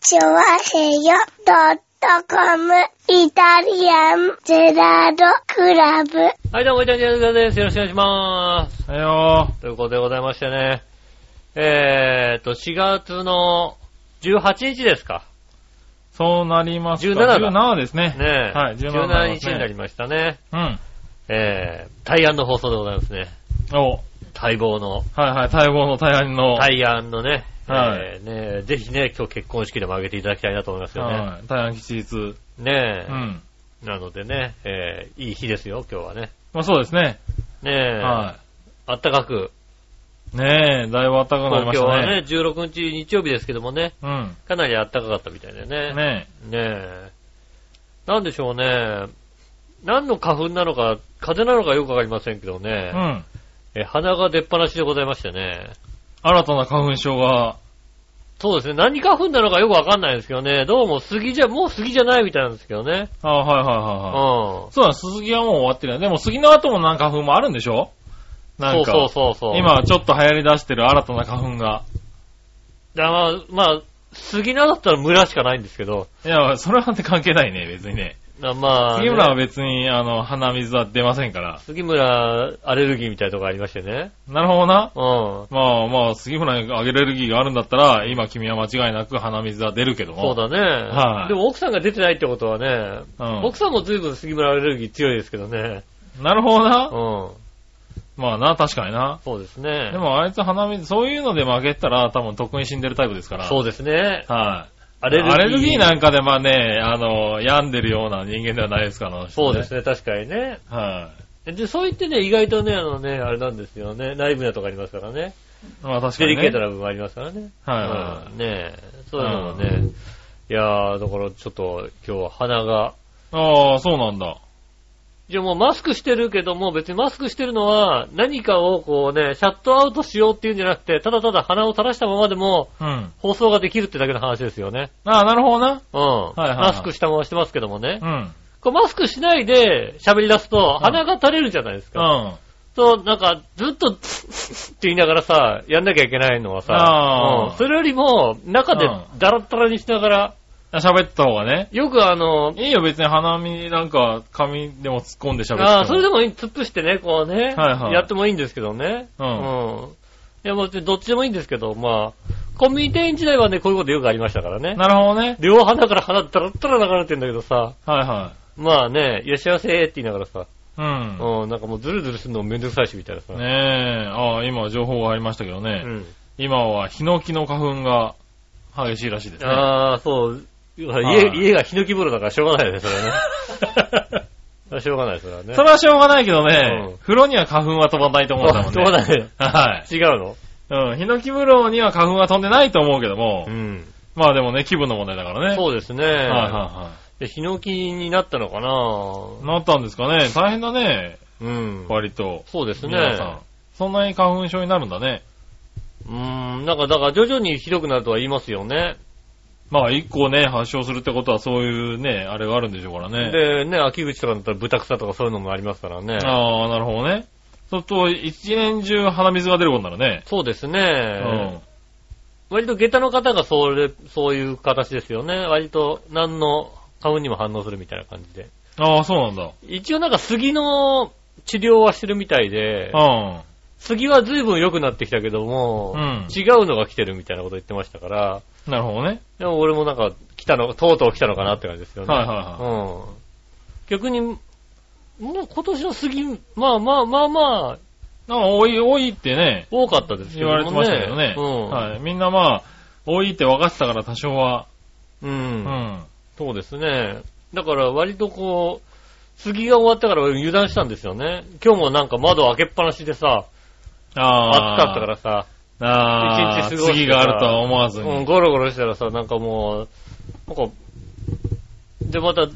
チョワヘヨドットコムイタリアンゼラードクラブ。はい、どうも、いただきです。よろしくお願いします。はいよということでございましてね。えーと、4月の18日ですか。ー。そうなります17だか。17ですね。ねえ。はい、17 17日すねになりましたね。うん。えー、対案の放送でございますね。お、待望の。はいはい、待望の大安の。対案のね。はいえーねえぜひね、今日結婚式でも挙げていただきたいなと思いますよね。はい、大安吉日。ねえ、うん。なのでね、えー、いい日ですよ、今日はね。まあそうですね。ねえ、はあったかく、い。ねえ、だいぶ暖かくなりま東し京たはね。ね、16日日曜日ですけどもね、うん。かなりあったかかったみたいだよね。ねねえ。なんでしょうね。何の花粉なのか、風邪なのかよくわかりませんけどえ。ねう、ん。え鼻が出っ放しでございましてね。新たな花粉症が、そうですね。何花粉なのかよくわかんないですけどね。どうも杉じゃ、もう杉じゃないみたいなんですけどね。あはいはういんはいはい。。そうだ、鈴木はもう終わってるよね。でも杉の後もなんか花粉もあるんでしょなそんうか、そうそうそう。今ちょっと流行り出してる新たな花粉が。だまあ、まあ、杉菜だったら村しかないんですけど。いや、それはね関係ないね、別にね。なまあ、杉村はね別に、あの、鼻水は出ませんから。杉村アレルギーみたいなとこありましてね。なるほどな。うん。まあまあ、杉村にアレルギーがあるんだったら、今君は間違いなく鼻水は出るけどそも。うだね。はいでも奥さんが出てないってことはね、うん奥さんも随分杉村アレルギー強いですけどね。なるほどうな。ん。まあな、確かにな。そうですね。でもあいつ鼻水、そういうので負けたら多分とっくに死んでるタイプですから。そううですね。はい。アアレレルルギギー。ーなんかでまあね、あの、病んでるような人間ではないですから、あの人そうですね、確かにね。はい。で、そう言ってね、意外とね、あのね、あれなんですよね。内部なとこありますからね。まあ確かデに、リね。ケートな部分もありますからね。はいはいうんねえ。そういうのもね。いやー、だからちょっと今日は鼻が。ああ、そうなんだ。じゃあもうマスクしてるけども、別にマスクしてるのは何かをこうね、シャットアウトしようっていうんじゃなくて、ただただ鼻を垂らしたままでもうん。放送ができるってだけの話ですよね。ああ、なるほどな。うん。いはいマスクしたまましてますけどもねう。ん。こうマスクしないで喋り出すと鼻が垂れるじゃないですうか。ん。と、なんか、ずっと、ツッツッツッって言いながらさ、やんなきゃいけないのはあさー、うんそれよりも、中でうんダラッダラにしながら、喋った方がね。よくあの、いいよ、別に鼻になんか髪でも突っ込んで喋っても。あーそれでもいい突っ伏してね、こうね、はいはいやってもいいんですけどね。うんうんいや、もうどっちでもいいんですけど、まあ、コンビニ店員時代はね、こういうことよくありましたからね。なるほどね。両鼻から鼻ダラッダラ流れてんだけどさ、はいはまあね、いらっしゃいませーって言いながらさ、い。ううん、なんかもうズルズルするのもめんどくさいし、みたいなさ。ん。ねえ、ああ、今情報がありましたけどうね。ん。今はヒノキの花粉が激しいらしいですね。ああ、そう。家、はい家がヒノキ風呂だからしょうがないね、それ はね。それはしょうがない、それはね。それはしょうがないけどうんね、風呂には花粉は飛ばないと思うんだもんね。しょうがない。はい。違うのうん、ヒノキ風呂には花粉は飛んでないと思うけどもう、ん。まあでもね、気分の問題だからね。そうですね。うはいはでヒノキになったのかいはい。ななったんですかね。大変だね、うん。割と。そうですね。皆さん。そんなに花粉症になるんだね。うん。なんか、だから徐々にひどくなるとは言いますよね。まあ、一個ね、発症するってことはそういうね、あれがあるんでしょうからね。で、ね、秋口とかだったら豚草とかそういうのもありますからね。ああ、なるほどね。そうすると、一年中鼻水が出ることになるね。そうですうねん。。割と下駄の方がそれ、そういう形ですよね。割と何の花粉にも反応するみたいな感じで。ああ、そうなんだ。一応なんか杉の治療はしてるみたいで、うん。杉は随分良くなってきたけども、うん違うのが来てるみたいなこと言ってましたから、なるほどね。でも俺もなんか来たの、とうとう来たのかなって感じですよね。はいはいはうん。逆に、もう今年の杉、まあまあまあまあ、い。なんか、多い、多いってね、多かったですけ言どわもね。れてましたけどね。うん。はい。みんなまあ、多いって分かってたから多少は、う。うんん。そうですね。だから割とこう、杉が終わったから俺油断したんですよね。今日もなんか窓開けっぱなしでさ、暑ああ。かったからさ、ら。ああ。一日過ごして次があるとは思わずに。うん、ゴロゴロしたらさ、なんかもう、なんか、で、また、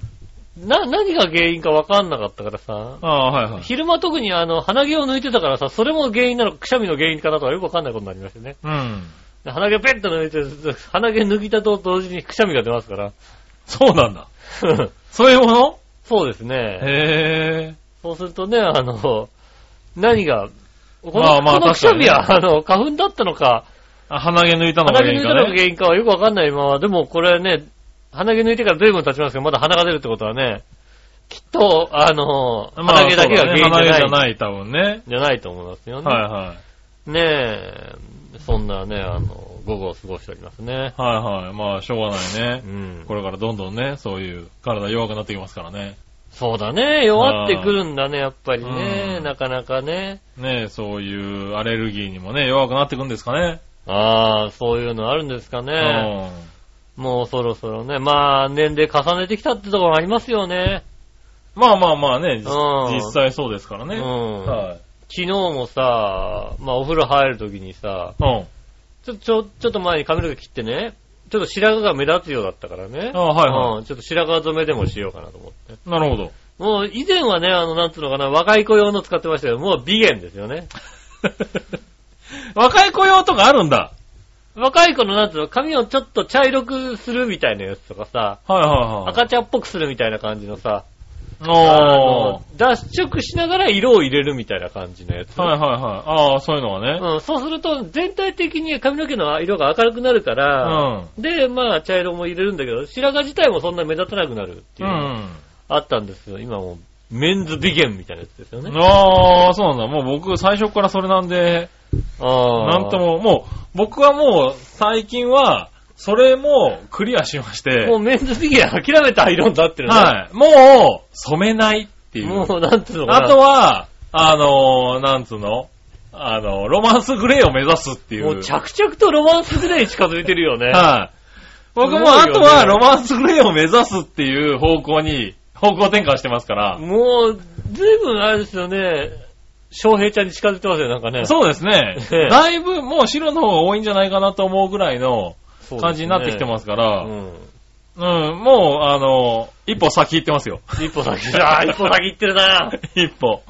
な、何が原因か分かんなかったからさ、ああ、はいはい。昼間特にあの、鼻毛を抜いてたからさ、それも原因なのか、くしゃみの原因かなとかよく分かんないことになりましたね。うん。で鼻毛ペッと抜いて、鼻毛抜いたと同時にくしゃみが出ますから。 そうなんだ。そういうものそうですね。へえ。そうするとね、あの、何が、この,、まあまあこのくしゃみは、確あの、花粉だったのか、あ鼻毛抜いたのが鼻毛抜い原因たのかがね。原因かはよくわかんないまま、でもこれね、鼻毛抜いてから随分経ちますけど、まだ鼻が出るってことはね、きっと、あの、まあ鼻毛だけが原因じゃない、そうだね鼻毛じゃいない、多分ね。じゃないと思いますよね。はいはい。ねえ、そんなね、あの、午後を過ごしておりますね。はいはい。まあ、しょうがないうね。ん。これからどんどんね、そういう体弱くなってきますからね。そうだね、弱ってくるんだね、やっぱりねう、んなかなかね。ねそういうアレルギーにもね、弱くなってくんですかね。ああ、そういうのあるんですかうね。ん。もうそろそろね、まあ、年齢重ねてきたってところもありますよね。まあまあまあね、じうん実際そうですからね。うんはい。昨日もさ、まあお風呂入るときにさ、うん。ちょ、ちょ、ちょっと前に髪の毛切ってね、ちょっと白髪が目立つようだったからね。あはいはうん、ちょっと白髪染めでもしようかなと思って。い。なるほど。もう以前はね、あの、なんつうのかな、若い子用の使ってましたけど、もう美元ですよ ね。若い子用とかあるんだ。若い子のなんつうの、髪をちょっと茶色くするみたいなやつとかさ、はいはいはい。赤茶っぽくするみたいな感じのさ、あおの脱色しながら色を入れるみたいな感じのやつ。ー。はいはいはい。ああ、そういうのはね。うん、そうすると、全体的に髪の毛の色が明るくなるかうら、ん。で、まあ、茶色も入れるんだけど、白髪自体もそんな目立たなくなるってういうのがん。あったんですけど、今もう、メンズ美ンみたいなやつですよね。ああ、そうなんだ。もう僕、最初からそれなんで、あーなんと。も、もう、僕はもう、最近は、それもクリアしまして、もうメンズ美ン諦めた色になってるね。はい。もう、染めないっていう。もう、なんつうのかな。あとは、あのー、なんつうのあのー、ロマンスグレーを目指すっていう。もう着々とロマンスグレーに近づいてるよね。はい。す僕ごいもよねあとはロマンスグレーを目指すっていう方向に、方向転換してますから。もう、ずいぶんあれですよね、翔平ちゃんに近づいてますよ、なんかね。そうですねええ。だいぶもう白の方が多いんじゃないかなと思うぐらいのそうですね感じになってきてますかうら、ん。うん、もう、あの、一歩先行ってますよ。一歩先、あー一歩先行ってるな。 一歩。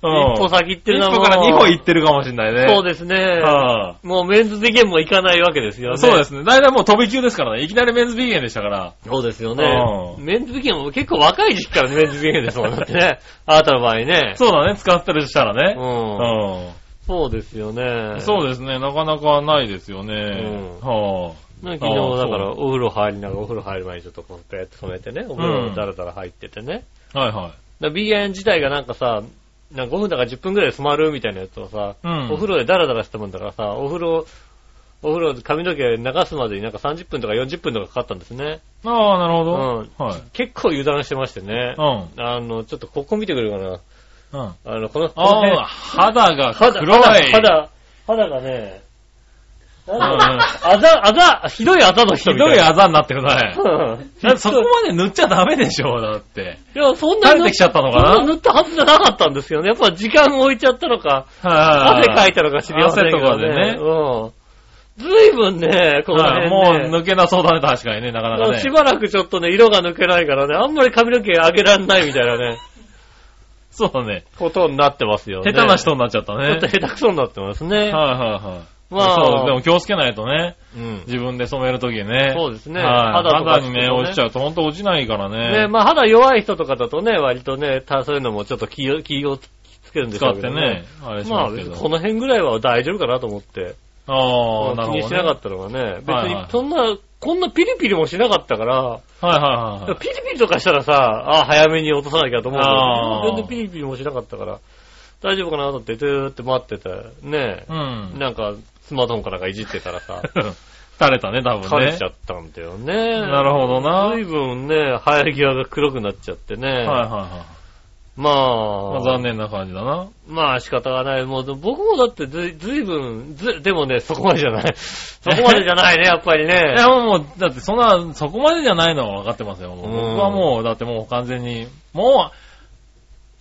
うん一歩先行ってるな、一歩から二歩行っってるかもしれないてね。そうですね。はもうメンズでゲームも行かないわけですよあね。。そうですすね。だいたいもう飛び級ですからね。いきなりメンズビーゲンでしたから。そうですよね。うんメンズでゲームも結構若い時期からメンズでゲームですもんだって ね。あなたの場合ね。そうだね。使ってるとしたらね。うん。うそうですよね。ん。そううですね。なかなかないですよね。うは昨日だからお風呂入りながらお風呂入る前にちょっとこうペーって染めてね、お風呂だらだら入っててね。あ。はいはい。だから BN 自体がなんかさ、なんか5分だから10分くらいで染まるみたいなやつをさ、うんお風呂でダラダラしたもんだからさ、お風呂、お風呂で髪の毛流すまでになんか30分とか40分とかかかったんですね。ああ、なるほど。うんはい。結構油断してましてね。うん。あの、ちょっとここ見てくれるかな。うん。あの、この、この辺ああ、肌が肌、黒い。肌、肌、肌がね、なんだろうあざ、あざ、ひどいあざの人ひみたどいいな。あざになってる ね。うんだってそこまで塗っちゃダメでしょ、だって。いや、そんな垂れてきちゃったのかなそんな塗ったはずじゃなかったんですよね。やっぱ時間置いちゃったのか。は汗かいてたのか知りませんけど、ね。汗とかでねうん。ずいぶんね、この辺、ね、もう抜けなそうだね、確かにね、なかなかもうねし。ばらくちょっとね、色が抜けないからね、あんまり髪の毛上げらんないみたいな ね、そうだね。ことになってますよ下手ね。な人になっちゃったちょねっと。下手くそになってますね。はいはいはい。まあそう、でも気をつけないとね、うん。自分で染めるときね。そうですねはい肌とか肌にね、落ちちゃうとほんと落ちないからね、ね。まあ肌弱い人とかだとね、割とね、たそういうのもちょっと気を、気をつけるんでし使ょうっけてどねね。、あれしままあすけ別にど。この辺ぐらいは大丈夫かなと思って、あ気あ、なるほど、ね。にしなかったのがね、別はいにはいそんな、こんなピリピリもしなかったから、はいはいはいはい。ピリピリとかしたらさ、ああ、早めに落とさなきゃと思うけあどー、全然ピリピリもしなかったから、大丈夫かなと思って、ずーって待ってて、ねう、 ん。 なんか、スマートフォンかなんかいじってたらさ、垂れたね、多枯分れねち。ゃったんだよね。なるほどな。はずいいぶんね、生え際が黒くなっちゃってね。はいはまい。あ、まあ残念な感じだな。まあ仕方がない。もう僕もだってずいずいぶん、ず、でもね、そこまでじゃない。 そこまでじゃないね、やっぱり いやね。もう、だってそんな、そこまでじゃないのは分かってますよ。もううん僕はもう、だってもう完全に、も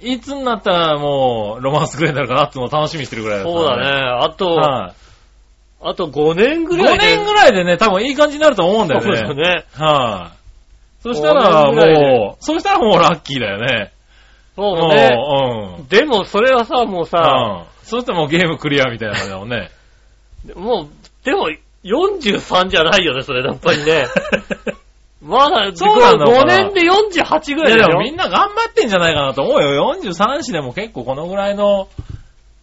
う、いつになったらもう、ロマンスグレーになるかなっていうのを楽しみにしてるぐらいだそうだね。。あと、はい。あと5年ぐ5らい年ぐらいでね、多分いい感じになると思うんだよそうだね。ね。はい。そしたら五年ぐらいでもう、そうしたらもうラッキーだよね。そうね。もう、でもそれはさ、もううさ、ん。うん。そしたらもうゲームクリアみたいな感じだもん ね。もう、でも43じゃないよね、それ、やっぱり ね。まだ、そうなのか5な年で48ぐいらいやだでもみよん。な頑張ってんじゃないかなと思うよ。43子でも結構このぐらいの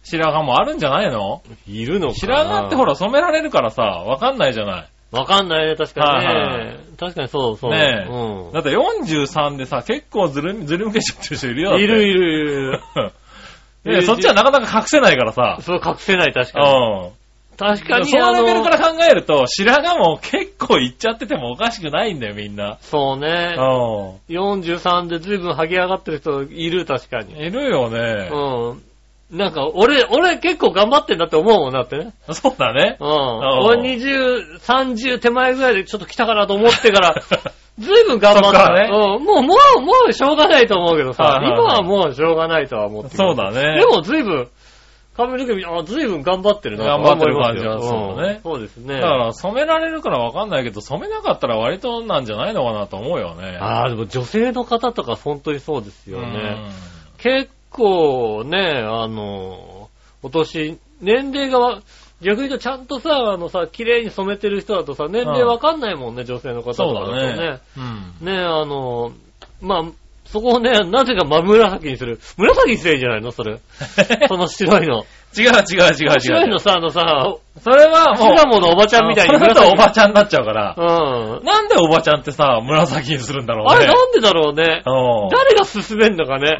白髪もあるんじゃないのいるのかな白髪ってほら染められるからさ、わかんないじゃない。わかんないね、確かにね。はいはい確かにそうそう。ねえうんだって43でさ、結構ずるみ、ずるむけちゃってる人いるよ。だっているい。るいる。いや、そっちはなかなか隠せないからさ。そう隠せない、確うかに。ん。確かに。そのレベルかあのら考えると、白髪も結構いっちゃっててもおかしくないんだよ、みんな。そうね。う43で随分剥げ上がってる人いる、確かん。に。いるよね。うん。なんか、俺、俺結構頑張ってんだって思うもんだってね。そうだね。うん。あ俺20、30手前ぐらいでちょっと来たかなと思って から、随分頑張っそた。っからねうん。もう、もう、もうしょうがないと思うけどさ、はいはいはい今はもうしょうがないとは思ってるそうだねでも随分、髪の毛見、あ、随分頑張ってるな頑張ってる感じはと思いますよそうだねんそうですね。だから染められるからわかんないけど、染めなかったら割となんじゃないのかなと思うよね。ああ、でも女性の方とか本当にそうですようんね。結構ね、あの、お年、年齢がわ、逆に言うとちゃんとさ、あのさ、綺麗に染めてる人だとさ、年齢わかんないもんね、女性の方とかそうだとだね。うん。ねえ、あの、まあ、そこをね、なぜか真紫にする。紫にすりゃいいんじゃないのそれ。その白いの。 違う違う違う白い違のう。さ、あのさ、それはもシう、ナモのおばちゃんみたいにそれだ紫とおばちゃんになっちゃうから。うん。なんでおばちゃんってさ、紫にするんだろうね。あれなんでだろうね。うん誰が進めんのかね。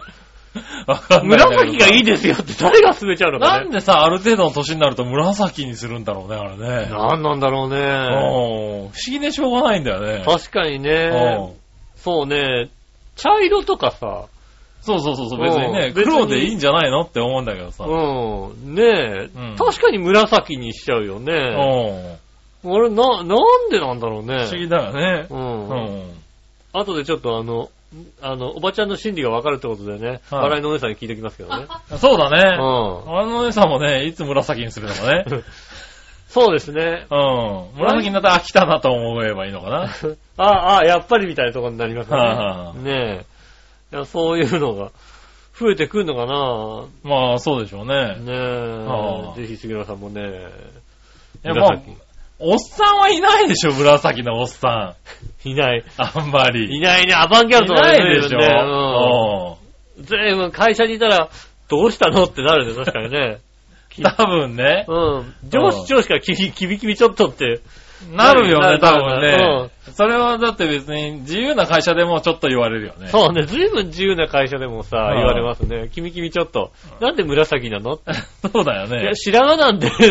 わかんないんだけど紫がいいですよって誰が進めちゃうのかなねん。でさ、ある程度の年になると紫にするんだろうね、あれね。なんなんだろううんね。不思議でしょうがないんだよね。確かにうね。んそうね。茶色とかさ、そうそうそうそう、別にうねん、別に黒でいいんじゃないのって思うんだけどさ。うん。ねえ、うん確かに紫にしちゃうようね。ん俺、な、なんでなんだろう不ね。思議だよね。ううん。ん。あとでちょっとあの、あの、おばちゃんの心理がわかるってことでね、はい笑いのお姉さんに聞いてきますけど ね。そうだうね。ん。あのお姉さんもね、いつ紫にするのかね。そうですね。うん。紫になったら飽きたなと思えばいいのか な。ああ、やっぱりみたいなところになりますはいはいはね。ねえ。いや、そういうのが増えてくんのかまあ、そうでしょうなね。ねはあえ。ぜひ杉村さんもね、いや、まあ紫、おっさんはいないでしょ、紫のおっさん。いない。あんまいり。ないね。アバンギャルドがないでし随分ねうんょ。随分会社にいたら、どうしたのってなるね、確かにね。うん。多分ね。うん。上司上司からキビキビキビちょっとって。なるよなね、る多分ね。それはだって別に自由な会社でもちょっと言われるよね。そうね、ずいぶん自由な会社でもさ、うん言われますね。君君ちょっと、なんで紫なのって。 そうだよいや、ね。白髪なん で、ちょ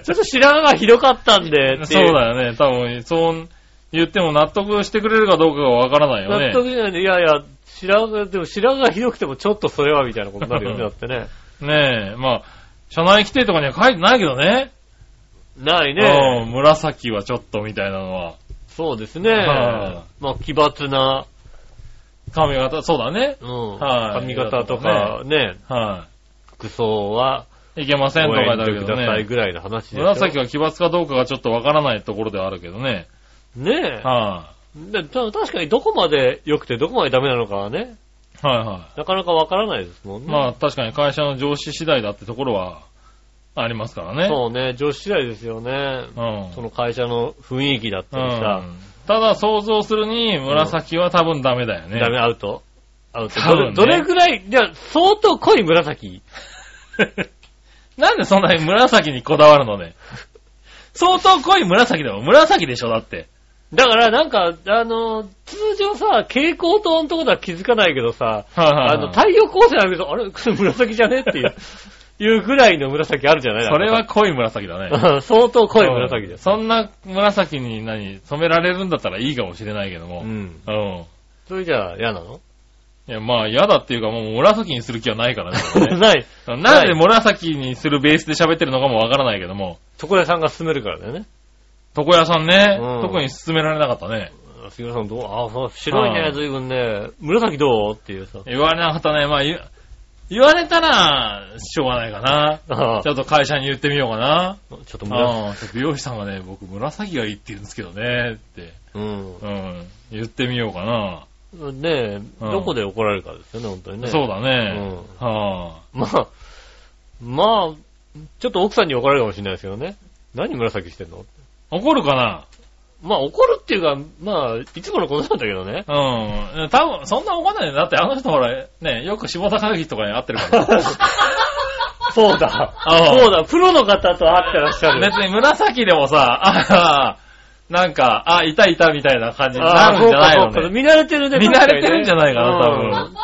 っと白髪がひどかったんで、ってそういう。だよね。多分、そう言っても納得してくれるかどうかがわからないよね。納得じゃないんで、いやいや、白髪、でも白髪がひどくてもちょっとそれはみたいなことになるよ ね、だってね。ねえ、まあ、社内規定とかには書いてないけどね。ないうんね。紫はちょっとみたいなのは。そうですね。はまあ、奇抜な、髪型、そうだね。うんはい髪型とかね、は服装は、い。いけませんとごか遠だけ慮くどださいね。ぐらいの話ですよ。紫は奇抜かどうかがちょっとわからないところではあるけどね。ねえ。はでた確かにどこまで良くてどこまでダメなのかはね、い。はいはい。なかなかわからないですもんね。まあ確かに会社の上司次第だってところはありますからね。そうね、上司次第ですよね。うん。その会社の雰囲気だったりさ、うんただ想像するに紫は多分ダメだよね。ダメアウトアウト、多ど分れねどれくらい、いや、相当濃い紫。なんでそんなに紫にこだわるのね。相当濃い紫だよ。紫でしょだって。だからなんか、あの、通常さ、蛍光灯のところは気づかないけどさ、はいはいはいあの、太陽光線浴びると、あれこれ紫じゃねっ ていう、いうぐらいの紫あるじゃないそれは濃い紫だね。は、相当濃い紫です。そんな紫に何、染められるんだったらいいかもしれないけども。うん。うん。それじゃあ嫌なのいや、まあ嫌だっていうかもう紫にする気はないから ね。これねない。なんで紫にするベースで喋ってるのかもわからないけども。床屋さんが勧めるからだよね。床屋さんね、うん特に勧められなかったね。あ杉村さんどうあ、そう白いはね、い随分ね。紫どうっていうさ。言われなかったね。まあ、言言われたら、しょうがないかな。ああちょっと会社に言ってみようかな。ちょっと紫。うん。ちょっと美容師さんがね、僕紫がいいって言うんですけどね、って。うん。うん。言ってみようかな。ねえ、うんどこで怒られるかですよね、本当にね。そうだね。はまあ、まあ、ちょっと奥さんに怒られるかもしれないですけどね。何紫してんのあ。怒るかなまあ怒るっていうか、まあ、いつものことなんだけどね。うん。多 分、そんな怒んないよだってあの人ほら、ね、よく下田会議とかに会ってるから。そう だ。うんそうだ。プロの方と会ってらっしゃる。別に紫でもさ、 あーなんか、あ、いたいたみたいな感じになああ、るんそうじゃかな、いそうのか。ね。見慣れてるね。見慣れてるんじゃないかな多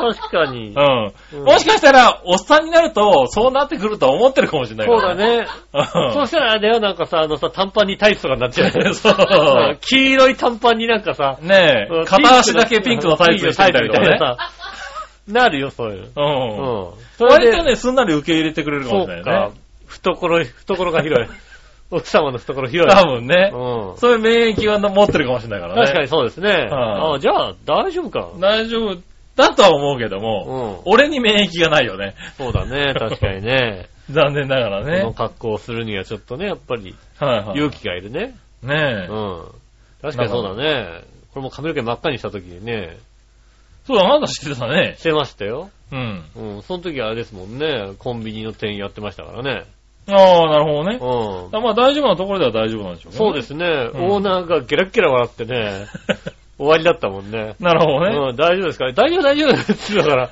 分。確かに。ううんん。もしかしたら、おっさんになると、そうなってくると思ってるかもしれないかそうだ。らね。うそんしたらあれだよ、なんかさ、あのさ、短パンにタイツとかになっちゃうよね。そう黄色い短パンになんかさ、ねうんえ、片足だけピンクのタイピンツでクしてみたりとかのタイツみねたい。なさなるよ、そういう。う。うんん。それ割でとね、すんなり受け入れてくれるかそもしれうないかね。。懐、懐が広い。奥様の懐広い。多分ね。うん。そういう免疫は持ってるかもしれないからね。確かにそうですね。んあじゃあ、大丈夫か。大丈夫だとは思うけども、う俺に免疫がないよね。そうだね、確かにね。残念ながらこのね。格好をするにはちょっとね、やっぱりはいはい。勇気がいるね。うねえ。ん。確かにそうだね。これも髪の毛真っ赤にした時にね、そうだ、あなた知ってたね。してましたよ。うん。うん。その時あれですもんね、コンビニの店員やってましたからね。ああ、なるほどね。うん。あまあ大丈夫なところでは大丈夫なんでしょうね。そうですね、んオーナーがゲラッゲラ笑ってね、終わりだったもんね。 なるほどね。うん、大丈夫ですか大丈夫、大丈夫ですだから、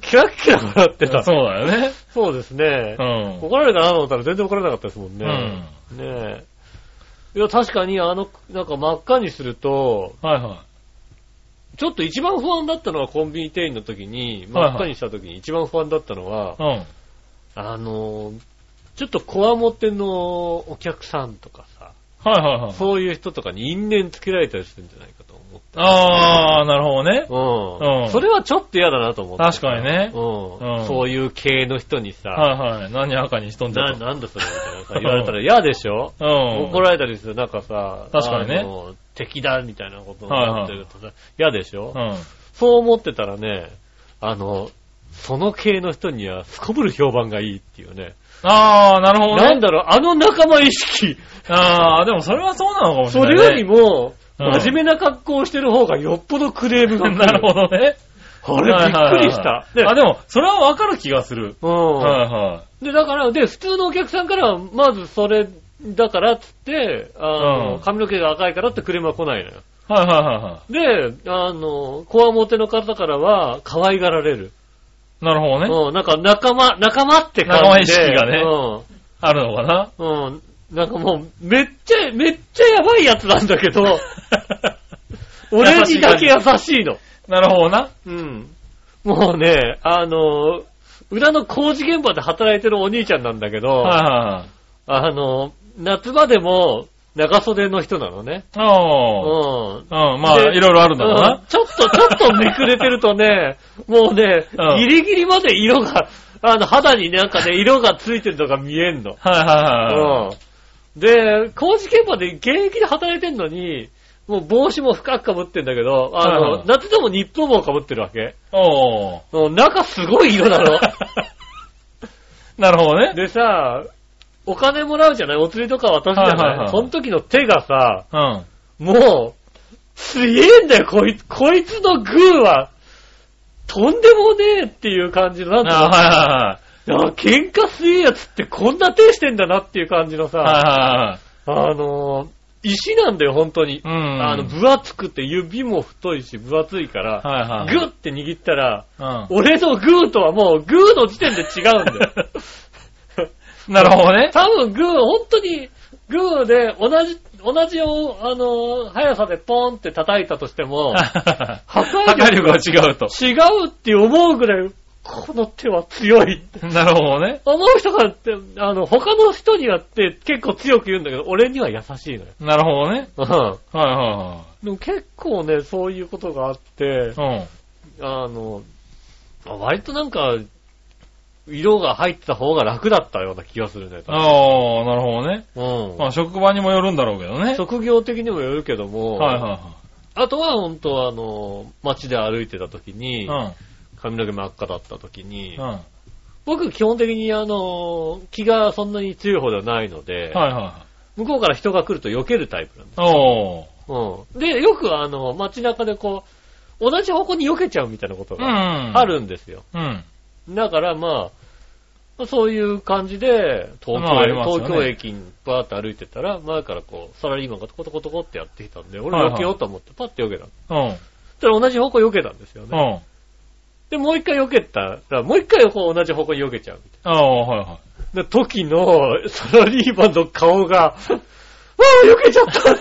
キラッキラ笑ってた。そうだよね。そうですねう。ん。怒られるかなと思ったら全然怒られなかったですもんうね。ん。ねえ。いや、確かにあの、なんか真っ赤にすると、はいはちょっと一番不安だったのはコンビニ店員の時に、真っ赤にした時に一番不安だったのは、い。うん。あの、ちょっとこわもてのお客さんとかさ、はいはいはい。そういう人とかに因縁つけられたりするんじゃないかと思って。ああ、なるほどね。うん。うんそれはちょっと嫌だなと思って。確かにねうん。うんそういう系の人にさ、はいはい。何赤にしとんじゃな、と。なんだそれみたいなさ、言われたら嫌でしょ、うん。怒られたりするなんかさ、確かにねあの敵だみたいなことを思ってるとさ、嫌でしょ、うん。そう思ってたらね、あの、その系の人にはすこぶる評判がいいっていうね。ああ、なるほどね。なんだろう、あの仲間意識、ああ、でもそれはそうなのかもしそれない、ね。れよりも、うん真面目な格好をしてる方がよっぽどクレームが来る。 なるほどね。あれびっくりしはた。いはいではいあ、でも、それはわかる気がする。うはいん。はで、だから、で、普通のお客さんからは、まずそれ、だからっつって、あの、うん髪の毛が赤いからってクレームは来ないのよ。い。はいはいはいはで、あの、コアモテの方からは、可愛がられる。い。なるほどね。うん、なんか仲間、仲間って感じで。仲間意識がねうん。あるのかな。うん。なんかもう、めっちゃ、めっちゃやばいやつなんだけど、 俺にだけ優しいの。なるほどな。うん。もうね、あの、裏の工事現場で働いてるお兄ちゃんなんだけど、はいはいはい。あの、夏場でも長袖の人なのね。うん。ああ。うん、まあ、でいろいろあるんだろううんな。ちょっと、ちょっとめくれてるとね、もうね、うんギリギリまで色が、あの、肌になんかね、色がついてるのが見えんの。はいはいはうん。で、工事現場で現役で働いてんのに、もう帽子も深く被ってんだけど、あはいはの、い夏でも日本帽被ってるわけ。い。おお。うん中すごい色な の。なるほどね。でさ、お金もらうじゃないお釣りとか渡すじゃはいはいなはいいその時の手がさ、うん。もう、強えんだよ、こいつ、こいつのグーは、とんでもねえっていう感じの、なんあか、ああ喧嘩すえやつってこんな手してんだなっていう感じのさ、はいはあのー、石なんだよ、本当に。いはいはい。うん。あの、分厚くて指も太いし、分厚いから、はいはい。グッて握ったら、う俺のグーとはもうグーの時点で違うんだ よ。ん。なるほどね。 多分グー、本当に、グーで同じ、同じを、あのー、速さでポンって叩いたとしても、 破壊力壊力が違うと。違うって思うぐらい、この手は強い。なるほどね。思う人がって、あの、他の人にはって結構強く言うんだけど、俺には優しいのよ。なるほどね。うん。はいはでも結構ね、そういうことがあってい、はい。あの、あ割となんか、色が入ってた方が楽だったような気がするね。うん。ああ、なるほどね。うんまあ、職場にもよるんだろうけどね。職業的にもよるけども、はいはあとは本当あの、街で歩いてた時にい、はい。髪の毛真っ赤だった時にうん。、うん。は僕基本的にあの、気がそんなに強い方ではないのでい、は向こうから人が来ると避けるタイプなんでい。おー。す。うん。で、よくあの、街中でこう、同じ方向に避けちゃうみたいなことうがん。あ。るんですよ。うん。だからまあ、そういう感じで、東京,、まあありますよね東京駅にバーって歩いてたら、前からこう、サラリーマンがトコトコトコってやってきたんで、俺はいはい避けようと思ってパッて避けたの。うん。そしたら同じ方向避けたんですようね。ん。で、もう一回避けたら、もう一回こう同じ方向に避けちゃう。ああ、はいはい。で、時の サラリーマンの顔が、あ あ、避けちゃったあ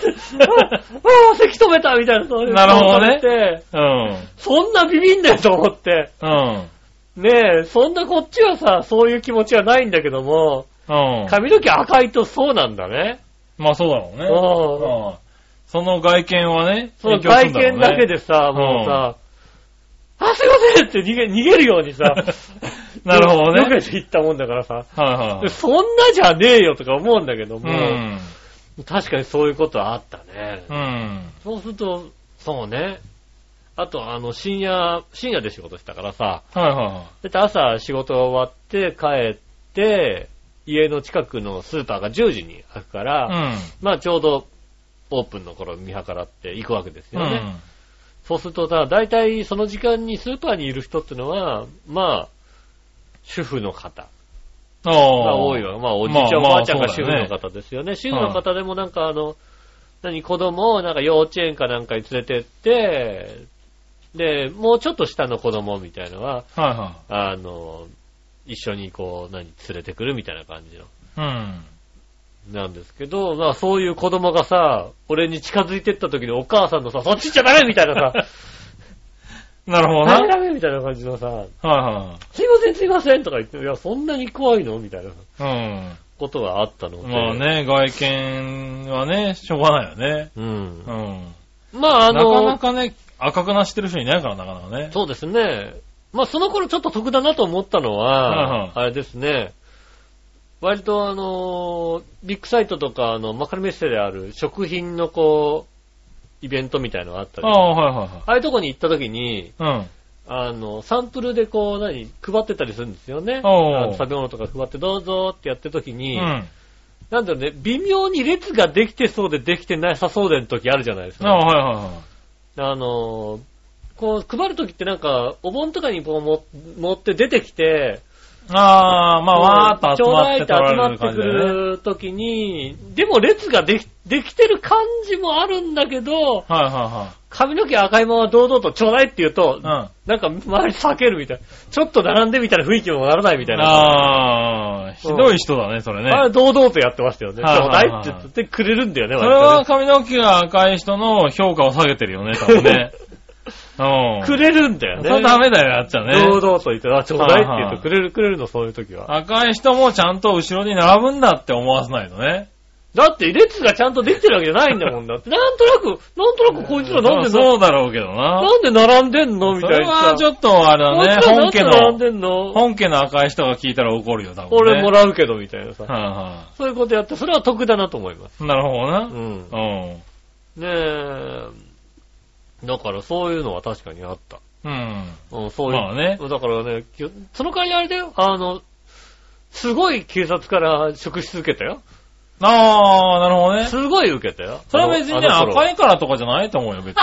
あ、せき止めたみたいな、そういうなるほ顔どねされてうん。そんなビビんねえと思って。うん。ねえ、そんなこっちはさ、そういう気持ちはないんだけども、うん。髪の毛赤いとそうなんだね。まあそうだろうね。うんうんその外見はね、その影響する外んろうね、見だけでさ、もうさ、あ、すいませんって逃げ逃げるようにさ なるほどね避けていったもんだからさ、はいはいはでい。そんなじゃねえよとか思うんだけどうも、ん。確かにそういうことはあったね。うん。そうすると、そうね。あと、あの、深夜、深夜で仕事したからさ、はいはいはだって朝仕事が終わって帰って、家の近くのスーパーが10時に開くから、い。まあちょうどオープンの頃見計らって行くわけですうよん。ね。そうするとさ、大体その時間にスーパーにいる人ってのは、まあ、主婦の方あがあ。多いわ。まあ、おじいちゃん、まあまあおばあちゃんが主そう婦だのよね方ですよね。主婦の方でもなんかあの、何、子供をなんか幼稚園かなんかに連れてって、で、もうちょっと下の子供みたいのは、はいはあの、一緒にこう、何、連れてくるみたいな感じの、い。うん。なんですけど、まあそういう子供がさ、俺に近づいてった時にお母さんのさ、そっち行っちゃダメみたいな さ、なるほどな。ダメはいダメみたいな感じのさ、はすいませんすいませんとか言って、いや、そんなに怖いのみたいないうことがあったのん。で。まあ。ね、外見はね、しょうがないよね。うんう。ん。まああなの、かなかね、赤くなしてる人いないからなかなかね。そうですね。まあその頃ちょっと得だなと思ったのはいはいは、あれですね。割とあのー、ビッグサイトとか、あの、マカルメッセである食品のこう、イベントみたいのがあったり、あああ、はいはあいうとこに行った時に、いはい。あの、サンプルでこう、何、配ってたりするんですよね。あおうの食べ物とか配ってどうぞってやってる時うに、ん。うん。なんだろうね、微妙に列ができてそうでできてなさそうでの時あるじゃないですああ、か。はいはいはい。あのー、こう、配る時ってなんか、お盆とかにこうも持って出てきて、ああ、まあ、わーっちとょう集まだっいてって取集られまるって感じくでね。る時に、でも列ができ、できてる感じもあるんだけど、はいは髪の毛赤いまま堂々とちょうだいって言うとい、はい。うん。なんか周り避けるみたいな。ちょっと並んでみたいな雰囲気にもならないみたいな。ああ、ひどい人だね、それね。あれ堂々とやってましたよね。ちはいょうだはいいはいって言ってくれるんだよね、それは割髪の毛が赤い人の評価を下げてるよね、多分 ね。うとん。ねくれるんだよそね。れダメだよ、やっちゃ堂ね。々と言って、あ、ちょうだいってはい言うはといくれる、くれるの、そういう時は。赤い人もちゃんと後ろに並ぶんだって思わせないとね。だって列がちゃんとできてるわけじゃ ないんだもんだって。なんとなく、なんとなくこいつらなんでな、そうだろうけどな。なんで並んでんのみそたいれなはさ。ちょっとあれこいだね、つらな本んで家並んの、でんの本家の赤い人が聞いたら怒るよ、多分、ね。俺もららうけど、みたいなさ。はいはそういうことやって、それは得だなと思います。い。なるほどうな。ん。うん。ねえ。だからそういうのは確かにあった。うん。うん、そういう。まあねだからね、きゅその代わりあれだよ。あの、すごい警察から職質受けたよ。ああ、なるほどね。すごい受けたよ。それは別にね、あの頃赤いからとかじゃないと思うよ、別に。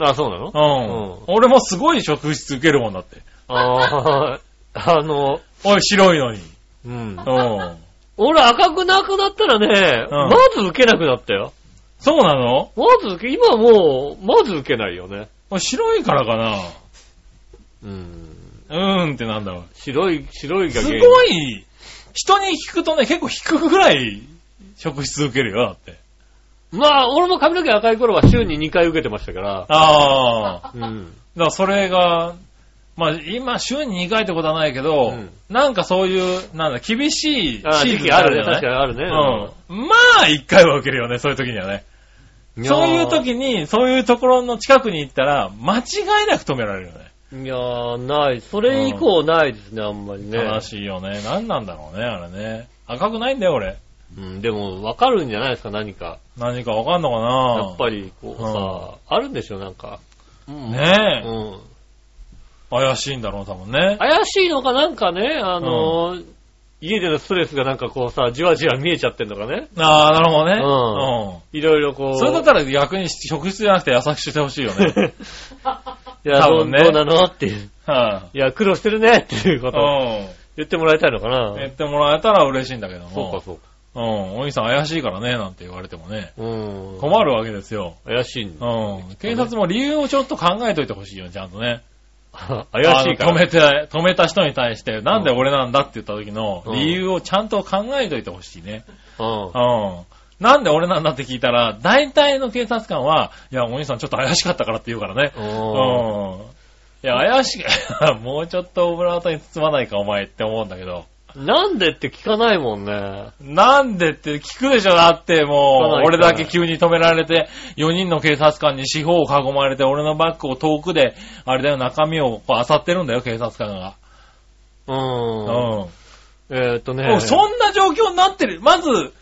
あ、そうなのうんうん。俺もすごい職質受けるもんだって。あーあの、おい、白いのに。うん。うん。俺赤くなくなったらね、うまんず受けなくなったよ。そうなのまず受け、今はもう、まず受けないよね。おい白いからかな。うん。うーんってなんだろう。白い、白いがす原因。ごい、人に聞くとね、結構低くぐらい、職質受けるよ、だって。まあ、俺も髪の毛赤い頃は週に2回受けてましたから。ああ。だかうん。らそれが、まあ今、週に2回ってことはないけど、うんなんかそういう、なんだ、厳しいシあーー時ズ期ンあがるね。じゃな確かいにあるね。うん。まあ、1回は受けるよね、そういう時にはね。うんそういう時に、そういうところの近くに行ったら、間違いなく止められるよね。いやー、ない。それ以降ないですね、あんまりね。悲しいよね。何なんだろうね、あれね。赤くないんだよ、俺。うん、でも、わかるんじゃないですか、何か。何かわかんのかなやっぱり、こうさ、あるんでしょ、なんか。うんねえ、うん。怪しいんだろう、多分ね。怪しいのかなんかね、あのー家でのストレスがなんかこうさ、じわじわ見えちゃってんのかね。ああ、なるほどね。うんいろいろこうう。ん。それだったら逆に職質じゃなくて優しくしてほしいよ ね。はい、いや、多どう分ねどうなのっていう。いや、苦労してるねっていうことを言ってもらいたいのかう。。なん言ってもらえたら嬉しいんだけどそうか、も。そうか。う。ん。お兄さん怪しいからね、なんて言われてもね。うん。困るわけですよ。怪しいんうだ。ん。警察も理由をちょっと考えといてほしいよね、ちゃんとね。 怪しいかあの止ら。めて、止めた人に対して、なんで俺なんだって言った時の理由をちゃんと考えといてほしいね。うんうん。なんで俺なんだって聞いたら、大体の警察官は、いや、お兄さんちょっと怪しかったからって言うからね。うん。うん。いや、怪しい。 もうちょっとオブラートに包まないか、お前って思うんだけど。なんでって聞かないもんね。なんでって聞くでしょだって聞かもなう、い俺だけ急に止められて、4人の警察官に四方を囲まれて、俺のバッグを遠くで、あれだよ、中身をこう漁ってるんだよ、警察官が。う。うんん。えーっとねもう。そんな状況になってる。まず、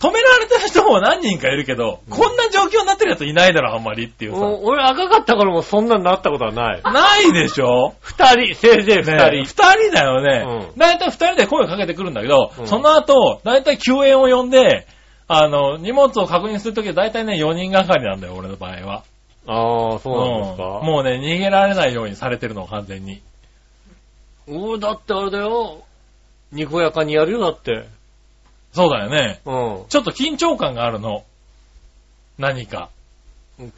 止められてる人も何人かいるけど、こんな状況になってるやついないだろ、あんまりっていうもさ。う俺赤かった頃もそんなになったことはない。ないでしょ二人、せいぜいね二人。二人だよねう。んだいたい二人で声をかけてくるんだけど、うんその後、だいたい救援を呼んで、あの、荷物を確認するときはだいたいね、4人がかりなんだよ、俺の場合は。ああ、そうなんですか。うんもうね、逃げられないようにされてるの、完全に。おーだってあれだよ。にこやかにやるよ、だって。そうだよね。うん。ちょっと緊張感があるの。何か。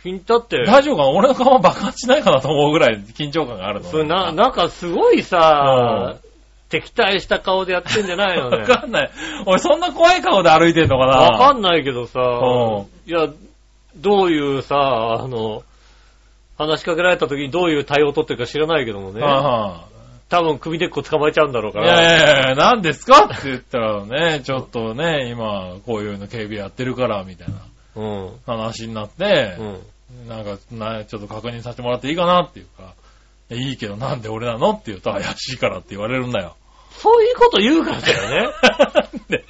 ピンタって。大丈夫か俺の顔爆発しないかなと思うぐらい緊張感があるの。それな、なんかすごいさう、敵対した顔でやってんじゃないのね わ。かんない。俺そんな怖い顔で歩いてんのかなわかんんないけどさう、いや、どういうさ、あの、話しかけられた時にどういう対応を取ってるか知らないけどもね。多分首根っこ捕まえちゃうんだろうかいやら。いやいや、何ですかって言ったらね、ちょっとね、今、こういうの警備やってるから、みたいなうん。話になっうて、ん。なんか、なちょっと確認させてもらっていいかなっていうか、いやいいけどなんで俺なのって言うと怪しいからって言われるんだよ。 そういうこと言うからだよね。なんで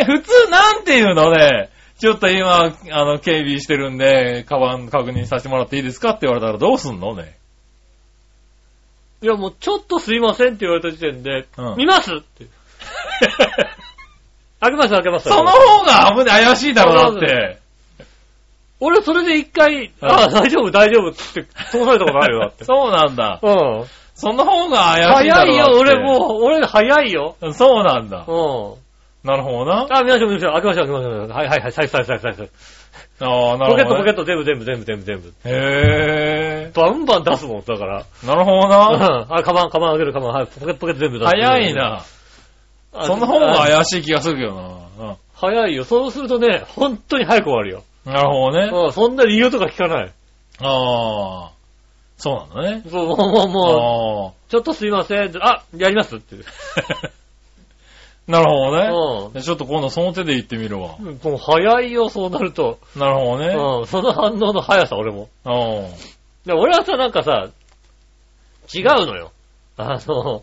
え、普通なんて言うのね、ちょっと今、あの、警備してるんで、カバン確認させてもらっていいですかって言われたらどうすんのね。いや、もうちょっとすいませんって言われた時点で、うん見ますって。 開けます開けます。その方が危ない、怪しいだろ、だって。俺それで一回、ああ、大丈夫大丈夫って通されたことあるよ、だって。 そうなんだ。うん。その方が怪しいだ早ろ。いよ、俺もう、俺早いよ。う。そうなんだう。ん。なるほどな。あ、見ましょう見ましょう。開けましょう開けましょう。はいはいはい、財布財布財布財布。ああ、なるほど、ね。ポケットポケット。ト全部全部全部全部全部。へバンバン出すもん、だから。え。なるほどうん。な。あ、カバン、カバン開ける、カバン。はい、ポケットポケット全部出す。早いな。あ。その方があ怪しい気がするけどな。早いよ。そうするとね、本当に早く終わるよ。うん、なるほどね。うん、そんな理由とか聞かない。ああ。そうなんだね。そう、もう、もう、もあう、ちょっとすいません。あ、やりますっていう。あ。 なるほどね。うん。ちょっと今度その手で行ってみるわ。もう早いよ、そうなると。なるほどうね。ん、その反応の速さ、俺も。うん。で俺はさ、なんかさ、違うのよ。あの、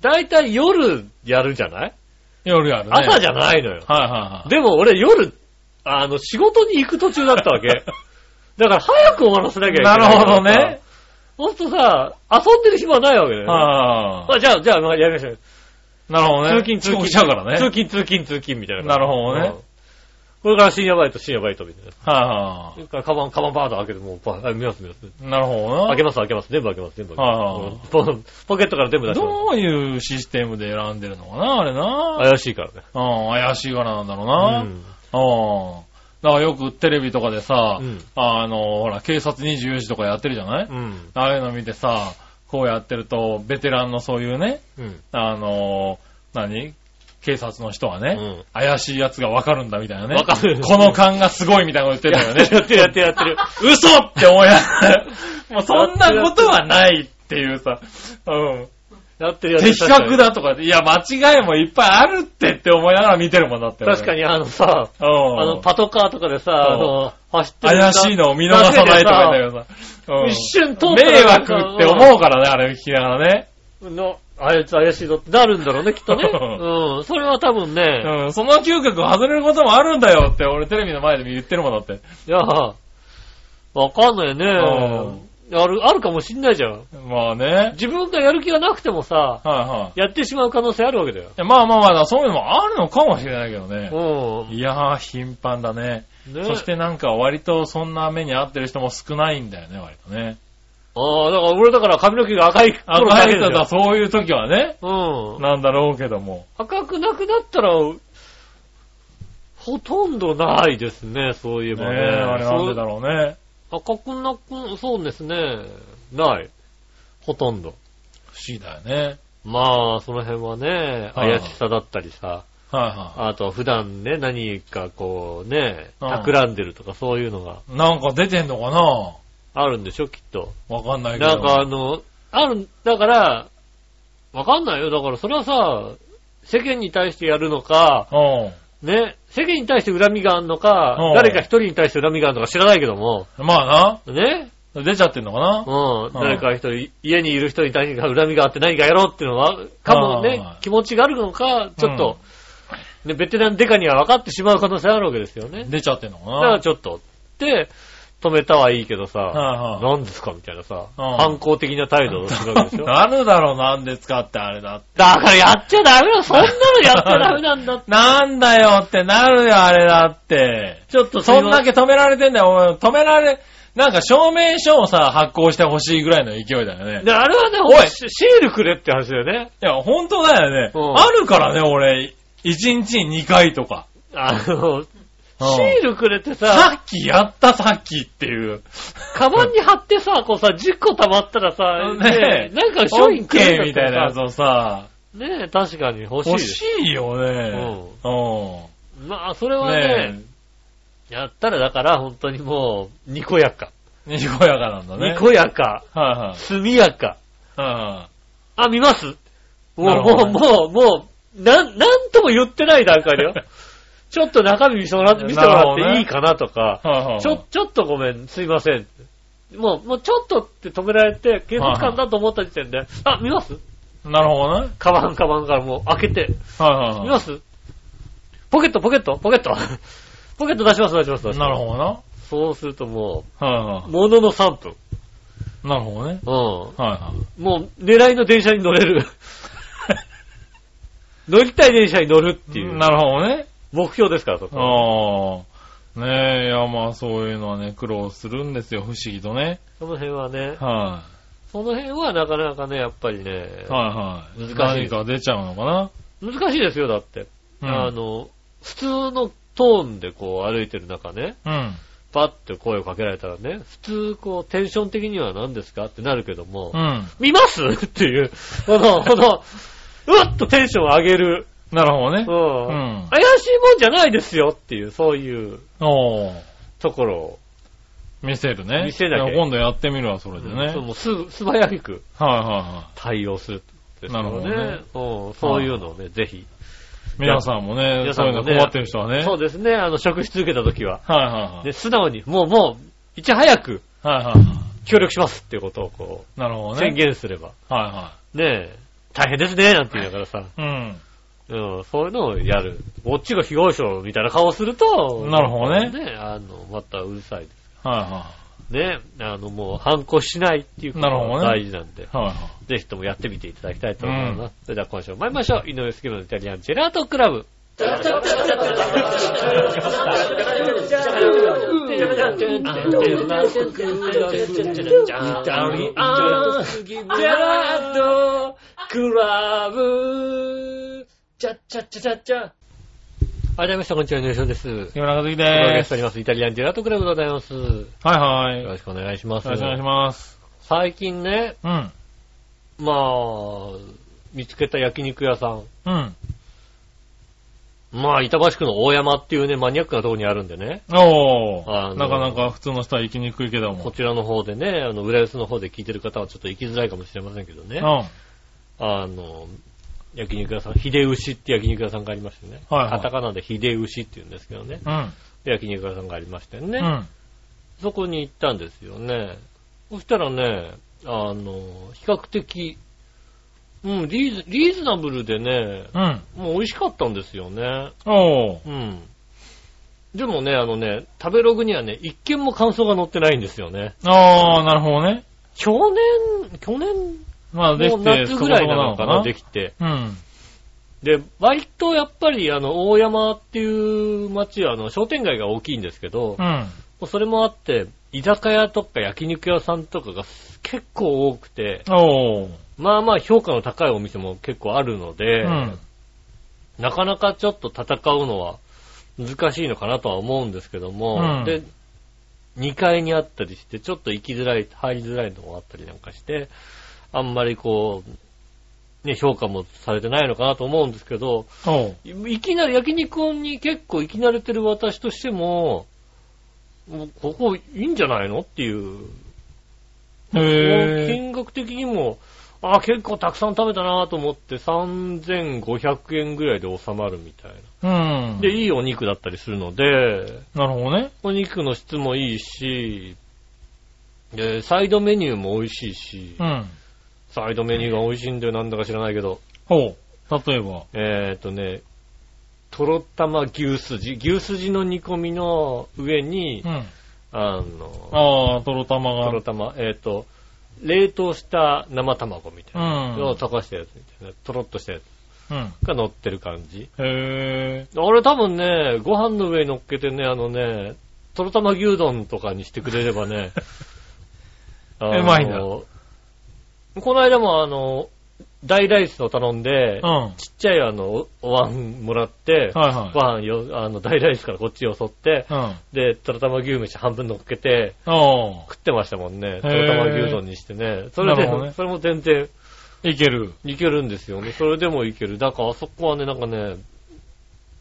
だいたい夜やるじゃない夜やるね。朝ゃじゃないのよ。はいはいはい。でも俺夜、あの、仕事に行く途中だったわけ。 だから早く終わらせなきゃいけない。なるほどね。。ほんとさ、遊んでる暇ないわけだよね。ああ。あじゃあ、じゃあ、まあやりましょう。なるほどね。通勤、通遅刻勤。しちゃうからね。通勤、通勤、通勤みたいな。なるほどねうん。これから深夜バイト、深夜バイトみたいな。はそれからカバン、カバンバーッと開けて、もうバー、あ見ます、見ます。いはい。なるほどな開。けます、開けます。全部開けます、全部開けはいはいます。うんポポケットから全部出します。どういうシステムで選んでるのかなあれな。怪しいからね。うん、怪しいからなんだろううな。うん。ん。だからよくテレビとかでさ、うんあの、ほら、警察24時とかやってるじゃない、うん。ああいうの見てさ、こうやってると、ベテランのそういうね、うん。あの、何警察の人はね、うん怪しい奴がわかるんだみたいなね。わかるこの勘がすごいみたいなこと言ってた よね。やってるやってるやってる。嘘って思いな がら、もうそんなことはないっていうさ、うん。やってるやってる。的確だとか、いや、間違いもいっぱいあるってって思いながら見てるもんだって。確かに。にあのさ、うあん。のパトカーとかでさ、あの、走ってる怪しいのを見逃さないとか言うんだけどさ。うん一瞬通った迷らなん惑かって思うからね、あれ聞きながらね。の、あいつ怪しいぞってなるんだろうね、きっとね。ううん。それは多分ね、うん、その嗅覚を外れることもあるんだよって、俺テレビの前でも言ってるもんだって。いや、わかんないよね。ある、あるかもしんないじゃん。まあね。自分がやる気がなくてもさ、はいはいやってしまう可能性あるわけだよ。いや。まあまあまあ、そういうのもあるのかもしれないけどね。ういやー、頻繁だね。ん。ねそしてなんか割とそんな目に遭ってる人も少ないんだよね、割とね。ああ、だから俺だから髪の毛が赤いあ、頃だけ人だだ、そういう時はね、うん。なんだろうけども。赤くなくなったら、ほとんどないですね、そういえねえ、ばね。あれなんでそだうろうね。赤くなく、そうですね。ない。ほとんど。不思議だよね。まあ、その辺はね、はい怪しさだったりさ、はいはあとは普段ね、何かこうね、うん企んでるとかそういうのがい。なんか出てんのかなあるんでしょ、きっと。わかんないけど。なんかあの、ある、だから、わかんないよ。だからそれはさ、世間に対してやるのか、うね、世間に対して恨みがあるのかうん、誰か一人に対して恨みがあるのか知らないけども、ん。まあね、な。出ちゃってんのかなうん、誰か一人、家にいる人に対して恨みがあって何かやろうっていうのは、かもはねい、気持ちがあるのか、ちょっと、ね、ベテランデカには分かってしまう可能性あるわけですよね。出ちゃってんのかなだからちょっと、って、止めたはいいけどさ、はい はい何ですかみたいなさ、うん反抗的な態度をするわけでし ょ。だなるだろう、なんですかってあれだって。からやっちゃダメだそんなのやっちゃダメなんだって。なんだよってなるよ、あれだって。ちょっとそんだけ、け止められてんだよ、お前止められ、なんか証明書をさ、発行してほしいぐらいの勢いだよね。であれはね、おいシールくれって話だよね。いや、本当だよね。うんあるからね、俺、1日に2回とか。あの、シうんールくれってさ、さっきやった、さっきっていう。カバンに貼ってさ、こうさ、10個溜まったらさ、ねねえなんかオ商ッ品くケれーみたいなやつさ、をさ、ねえ、確かに欲しいで欲すしいよね。うん。まあ、それはねねやったらだから、本当にもう、にこやか。え。にこやかなんだね。にこやか、は速やか。いはあ、見ますもなう、るほどねもう、もう、なん、なんとも言ってない段階だ よ。ちょっと中身見せてもらって、見せてもらなるほっどてねいいかなとか、い。はいはい。ちょ、ちょっとごめん、すいません。もう、もうちょっとって止められて、警察官だと思った時点で、あ、見ますなるほどね。カバンカバンからもう開けて、はいはい見はますポケット、ポケット、ポケット。 ポケット出します、出します、出しい。まなす。るほどな。はそうするともいはう、ものの3分。い。なるほどね。うはいはい。ん。もう、狙いの電車に乗れ る。乗りたい電車に乗るっていう、なるほどね。目標ですから、そこ。ああ。ねえ、いやまあそういうのはね、苦労するんですよ、不思議とね。その辺はね、はその辺はなかなかね、やっぱりねい。、はい難はい。しい何か出ちゃうのかな難しいですよ、だって。うんあの、普通のトーンでこう歩いてる中ね、うん。パッて声をかけられたらね、普通こうテンション的には何ですかってなるけども、うん。見ます っていう、この、この、うっとテンションを上げる、なるほどねう。んうん怪しいもんじゃないですよっていう、そういうおー。ところを、見せるね。見せなきゃいや今度やってみるわ、それでね。はいそうもうすぐ、素早くは対応するっていうのをね。なるうんそういうのをね、ぜひ。いはい。皆さんもね、皆さそうんいもうねの困ってる人はね。そうですね、あの、職質受けた時は。はいはいはで、素直に、もうもう、いち早くい。はいはいは協力しますっていうことをこい。なるほう、ど宣ね。言すれば。はねえ、大変ですね、なんて言いながらさ、いはい。うん、そういうのをやる。こっちが被害者みたいな顔すると、なるほどねねあの、またうるさい。うん。はいはね、あの、もう反抗しないっていうことなるほがどね大事なんで、い。はいはい。ぜひともやってみていただきたいと思います。それでは今週も参りましょう。井上杉村のイタリアンジェラートクラブ。ありがとうございました。こんにちは、井上翔です。木村和樹でお届けしてーす。おります。イタリアンジェラートクラブでございます。よはいはい。よろしくお願いします。ろしくお願いします。最近ね、うん。まあ、見つけた焼肉屋さん。うん。まあ、板橋区の大山っていうね、マニアックなとこにあるんでね。おあのー。なかなか普通の人は行きにくいけどこも。ちらの方でね、あの、浦安の方で聞いてる方はちょっと行きづらいかもしれませんけどうねん。。はいあの、焼肉屋さん、秀牛って焼肉屋さんがありましてね。はいはいカタカナで秀牛って言うんですけどね。うん。焼肉屋さんがありましてね。うん。そこに行ったんですよね。そしたらね、あの、比較的、うん、リーズ、リーズナブルでね、うん。もう美味しかったんですよね。おー。うん。でもね、あのね、食べログにはね、一件も感想が載ってないんですよね。あー、なるほどね。去年、去年まあでのきて、夏ぐらいなのかな、そこそこできて。なのかで、割とやっぱり、あの、大山っていう街は、あの、商店街が大きいんですけど、なうん。それもあって、居酒屋とか焼肉屋さんとかが結構多くて、うん。おー。まあまあ評価の高いお店も結構あるので、うん。なかなかちょっと戦うのは難しいのかなとは思うんですけども、うんで、2階にあったりして、ちょっと行きづらい、入りづらいのもあったりなんかして、あんまりこう、ね、評価もされてないのかなと思うんですけど、おう。いいきなり、焼肉に結構生き慣れてる私としても、もうここいいんじゃないのっていう、へぇ金額的にも、あ結構たくさん食べたなと思って3500円ぐらいで収まるみたいー。うん。な。で、いいお肉だったりするので、なるほどね。お肉の質もいいし、で、サイドメニューも美味しいし、うん。サイドメニューが美味しいんだよ、なんだか知らないけど。ほう。例えば。えっ、ー、とね、とろたま牛すじ、牛すじの煮込みの上にう、ん。あの、ああ、とろたまとが。ろたま、えっ、と、冷凍した生卵みたいなうんのを溶かしたやつみたいな、とろっとしたやうん。つが乗ってる感じ。へあれ多分ね、ご飯の上に乗っけてね、あのね、とろたま牛丼とかにしてくれればね、あの うまいんだこの間もあの、大ライスを頼んで、ぇー。うん。はいちっちゃいあの、おお椀もらって、ごは飯よ、あの、大ライスからこっちよそって、い。うん。で、とろたま牛飯半分乗っけて、あ食ってましたもんね。へーとろたま牛丼にしてね。それなるほどで、ねそれも全然あ。いける。いけるんですよね。それでもいける。だからあそこはね、なんかね、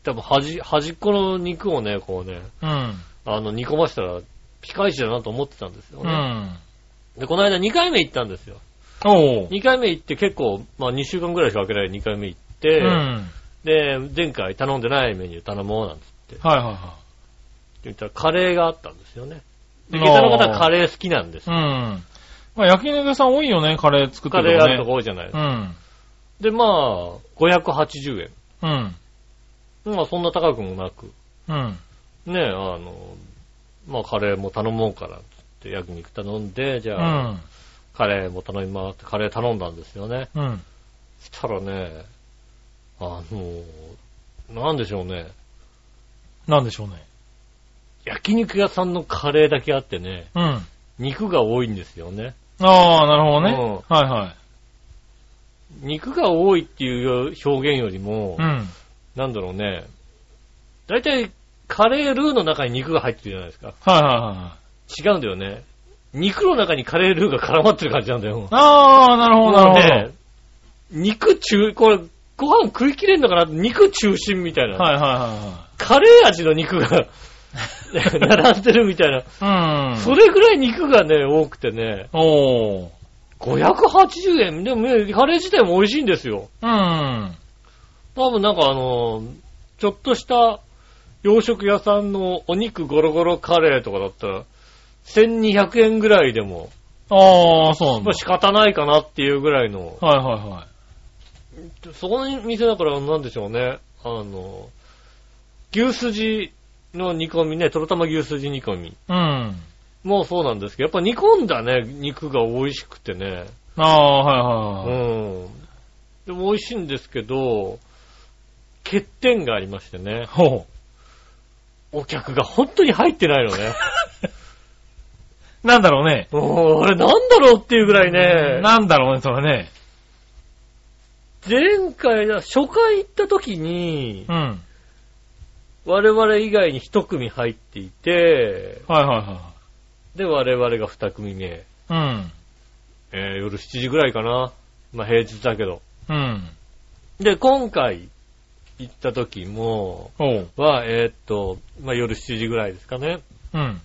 多分端、端っこの肉をね、こうね、うん。あの、煮込ましたら、ピカイチだなと思ってたんですようね。ん。で、この間2回目行ったんですよ。おう。 2回目行って結構、まあ2週間ぐらいしか開けない2回目行って、うん。で、前回頼んでないメニュー頼もうなんてはいはいは言ったら、カレーがあったんですよね。い。で、下駄の方はカレレー好きなんですう。ん。まあ、焼肉屋さん多いよね、カレー作ってカるレーとあこるとね。こ多いじゃないですうか。ん。で、まあ、580円。うん。まあ、そんな高くもなく、うん。ね、あの、まあ、カレーも頼もうから、って焼肉頼んで、じうゃあ、ん。カレーも頼みますって、カレー頼んだんですよね。うん。したらね、あの、なんでしょうね。なんでしょうね。焼肉屋さんのカレーだけあってね、うん。肉が多いんですよね。ああ、なるほどね。うはいはい。肉が多いっていう表現よりも、うん。なんだろうね。大体、カレールーの中に肉が入ってるじゃないですか。はいはいはいはい。違うんだよね。肉の中にカレールーが絡まってる感じなんだよ。ああ、なるほど、なるほど。もうね肉中、これ、ご飯食いきれんのかな肉中心みたいな。はいはカレー味の肉 が並んでるみたいな。いはいはい。うん。それぐらい肉がね、多くてね、おー。 580円。でもね、カレー自体も美味しいんですよ。うん。多分なんかあの、ちょっとした洋食屋さんのお肉ゴロゴロカレーとかだったら、1200円ぐらいでも、ああ、そうなんまだあ。仕方ないかなっていうぐらいの、はいはいはい。そこの店だからなんでしょうね、あの、牛すじの煮込みね、とろたま牛すじ煮込みうん。もそうなんですけど、やっぱ煮込んだね、肉が美味しくてね、ああ、うはいはいはい。ん。でも美味しいんですけど、欠点がありましてね。ほお客が本当に入ってないの ね。う。なんだろうね。もう、あれなんだろうっていうぐらいね。なんだろうね、それね。前回、初回行った時にう、ん。我々以外に一組入っていて、はいはで、我々が二組目。いはい。えー夜7時ぐらいかな。まあ、平日だけど。うん。うん。で、今回行った時も、おう。は、えーっと、まあ、夜7時ぐらいですかね。うん。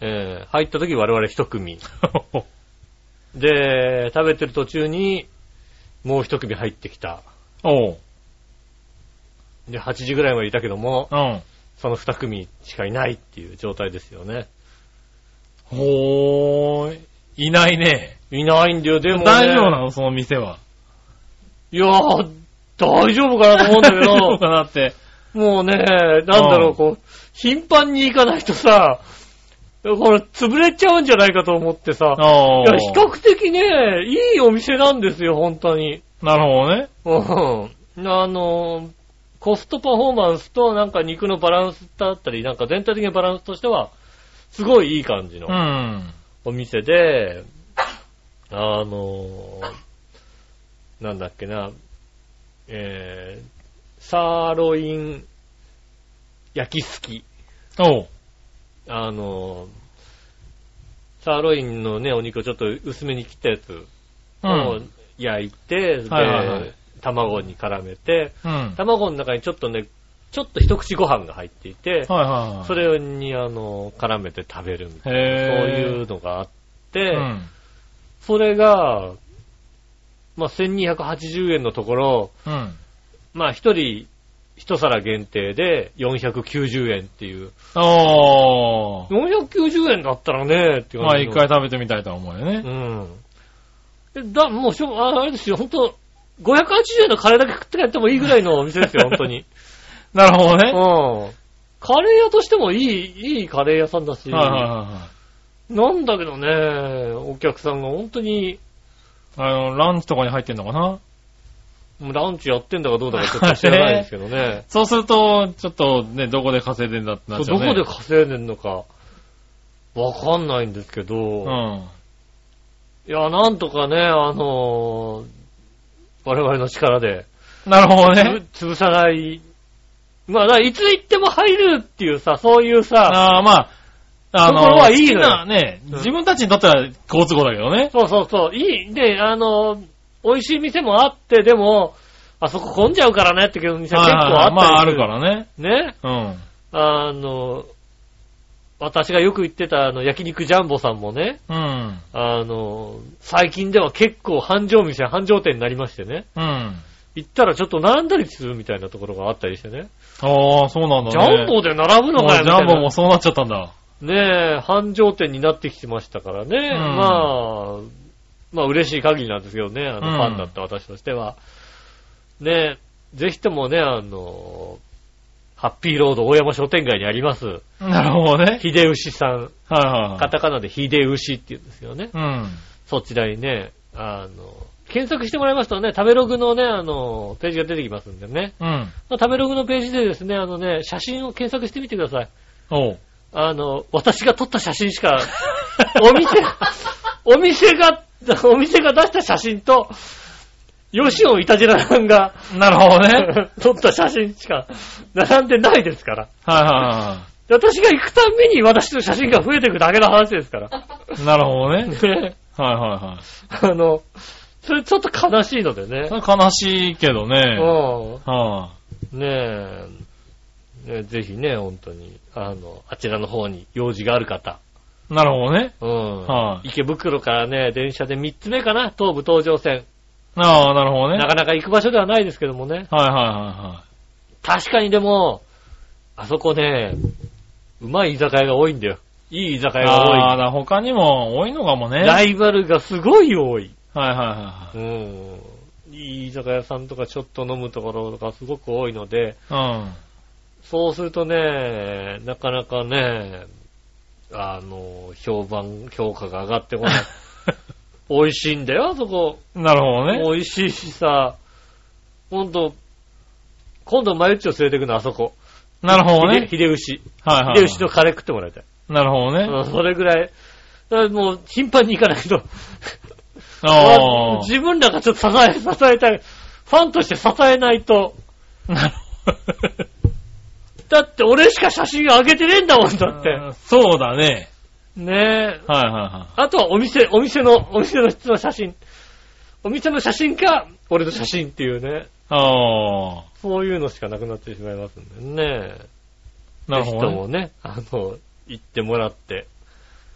えー入った時我々一 組。で、食べてる途中に、もう一組入ってきた。おう。で、8時ぐらいまでいたけども、うん。その2組しかいないっていう状態ですよね。ほーい。いないね。いないんだよ、でも、ね。大丈夫なのその店は。いやー、大丈夫かなと思うんだけ大丈 夫ど、かなって。もうね、なんだろうう、んこう、頻繁に行かないとさ、これ、潰れちゃうんじゃないかと思ってさ、あいあ。や、比較的ね、いいお店なんですよ、本当に。なるほどね。うん。あのー、コストパフォーマンスとなんか肉のバランスだったり、なんか全体的なバランスとしては、すごいいい感じの。うん。お店で、あの、なんだっけな、えー、サーロイン焼きすき。おう。あの、サーロインのね、お肉をちょっと薄めに切ったやつを焼いて、ではいはいはい卵に絡めて、うん。はい卵の中にちょっとね、ちょっと一口ご飯が入っていて、はいはい。それにあの、絡めて食べるみたいな、そうへいぇうのがあっうて、ん。それが、まあ、1280円のところ、うん。まあ、一人、一皿限定で490円っていう。おー。 490円だったらね、って感まあじ一の。回食べてみたいとは思うよね。うん。だ、もうしょ、ああれですよ、ほんと、580円のカレーだけ食って帰ってもいいぐらいのお店 ですよ、ほんとに。なるほどね。はうん。カレー屋としてもいい、いいカレー屋さんだし、いはいはいはい。なんだけどね、お客さんが本当に、あの、ランチとかに入ってんのかなもうランチやってんだかどうだかちょっと知らないですけど ね。そうすると、ちょっとね、どこで稼いでんだってなっちゃそううね。どこで稼いでんのか、わかんないんですけど、うん。いや、なんとかね、あのー我々の力で、なるほどね。つぶ潰さない、まあ、だからいつ行っても入るっていうさ、そういうさ、ああ、まあ、あの、ところはいい好のきよなね、うん自分たちにとっては好都合だけどね。そうそうそう、いい、で、あのー美味しい店もあって、でも、あそこ混んじゃうからねっていう店結構あったりすまあ、あるからね。ね、うん。あの、私がよく行ってたあの焼肉ジャンボさんもね、うん。あの、最近では結構繁盛店、繁盛店になりましてね、うん。行ったらちょっと並んだりするみたいなところがあったりしてね、ああ、そうなんだね。ジャンボで並ぶのもうかよみジたャいンなボもそうなっちゃったんだ。ねえ、繁盛店になってきてましたからね、んまあ、まあ嬉しい限りなんですけどね、あのうんファンだった私としては。ねえ、ぜひともね、あの、ハッピーロード大山商店街にあります、なる ほどね。秀牛さん。はいはいはカい。タカナでヒデウシって言うんですよね。うん。そちらにね、あの、検索してもらいますとね、食べログのね、あの、ページが出てきますんでね。うん。食べログのページでですね、あのね、写真を検索してみてください。おう。あの、私が撮った写真しか、お店、お店が、お店が出した写真と、ヨシオン・イタジラさんがな るほどね。撮った写真しか並んでないですから。はいは私が行くたんびに私の写真が増えていくだけの話ですから。い はい。なるほどね。ねはいはいはい。 あの、それちょっと悲しいのでねそ。れ悲しいけどね。うはん。ねえ。ねぜひね、本当に、あの、あちらの方に用事がある方。い。なるほどね。うん。はい池袋からね、電車で3つ目かな、東武東上線。ああ、なるほどね。なかなか行く場所ではないですけどもね。はいは確かにでも、あそこね、うまい居酒屋が多いんだよ。いい居酒いはい。屋あがあ、だから他にも多いのかもね。多い。はラいイバルがすごい多い。はいはうん。いい居酒屋さんとかちょっと飲むところとかすごく多いので、いはそうするとね、なかなかね、あの、評判、評価が上がってこない。 美味しいんだよ、あそこ。い。うん。なるほどね。美味しいしさ、今度、今度マユッチを連れてくの、あそこ。なるほどね。ひで牛。はいはいひではい。牛とカレー食ってもらいたい。なるほどね。うんそれぐらい。だからもう、頻繁に行かないと。あ自分らがちょっと支え、支えたい。ファンとして支えない と。あ。なるほど。だって俺しか写真上げてねえんだもん、だって。 そうだね。ねえ。はいはあとはお店、お店の、お店の質の写真。お店の写真か、俺の写真っていうね。いはい。ああ。そういうのしかなくなってしまいますんでね。なるほぜひどとね。もね、あの、行ってもらって。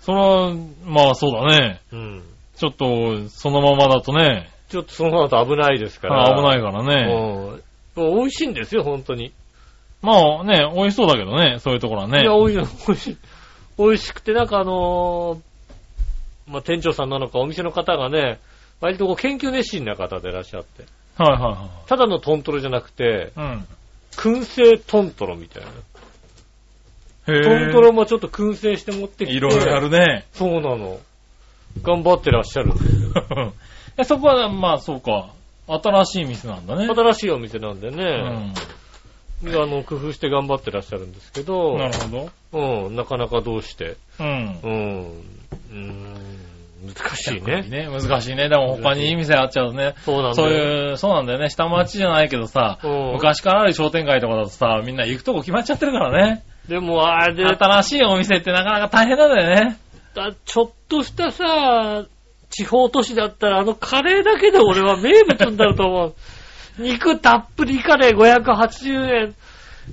それは、まあそうだね。うん。ちょっと、そのままだとね、ちょっとその後危ないですから。あ危ないからね。うん。美味しいんですよ、本当に。まあね、美味しそうだけどね、そういうところはいね。や、美味しい、美味しい。美味しくて、なんかあのーまあ、店長さんなのか、お店の方がね、割とこう研究熱心な方でいらっしゃって。はいはただのトントロじゃなくて、いはい。うん。燻製トントロみたいな。へえ。トントロもちょっと燻製して持ってきて。いろいろやるね。 そうなの。頑張ってらっしゃる。えそこは、まあそうか。新しい店なんだね。新しいお店なんでね。うん。あの、工夫して頑張ってらっしゃるんですけど、なるほど。うん、なかなかどうして、うんう。ん、うーん、難しい難しいね。ね。難しいね。でも他にいい店あっちゃうとね。そうなんだそうう、いう、そうなんだよね。下町じゃないけどさ、うん昔からある商店街とかだとさ、みんな行くとこ決まっちゃってるからね。でもあれで、新しいお店ってなかなか大変なんだよね。だちょっとしたさ、地方都市だったらあのカレーだけで俺は名物になると 思う。肉たっぷりカレー580円。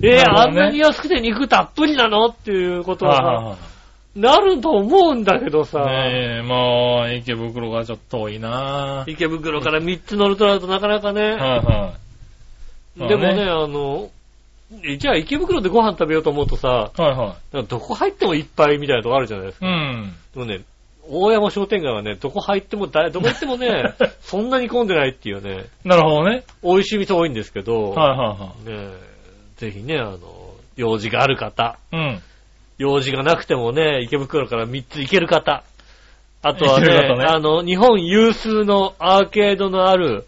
えーなるほどねあんなに安くて肉たっぷりなのっていうことはいははなると思うんだけどさい。。ねえ、まあ、池袋がちょっと遠いなぁ。池袋から3つ乗るとなるとなかなかね。はいはそうでだもねね、あの、じゃあ池袋でご飯食べようと思うとさ、い。はいはどこ入ってもいっぱいみたいなとこあるじゃないですか。い。うん。でもね、大山商店街はね、どこ入ってもだ、どこ行ってもね、 そんなに混んでないっていうね、なるほどね。美味しい店多いんですけど、はいはねえぜひね、あの、用事がある方、いはい。うん。用事がなくてもね、池袋から3つ行ける方、あとはね、行ける方ねあの、日本有数のアーケードのある、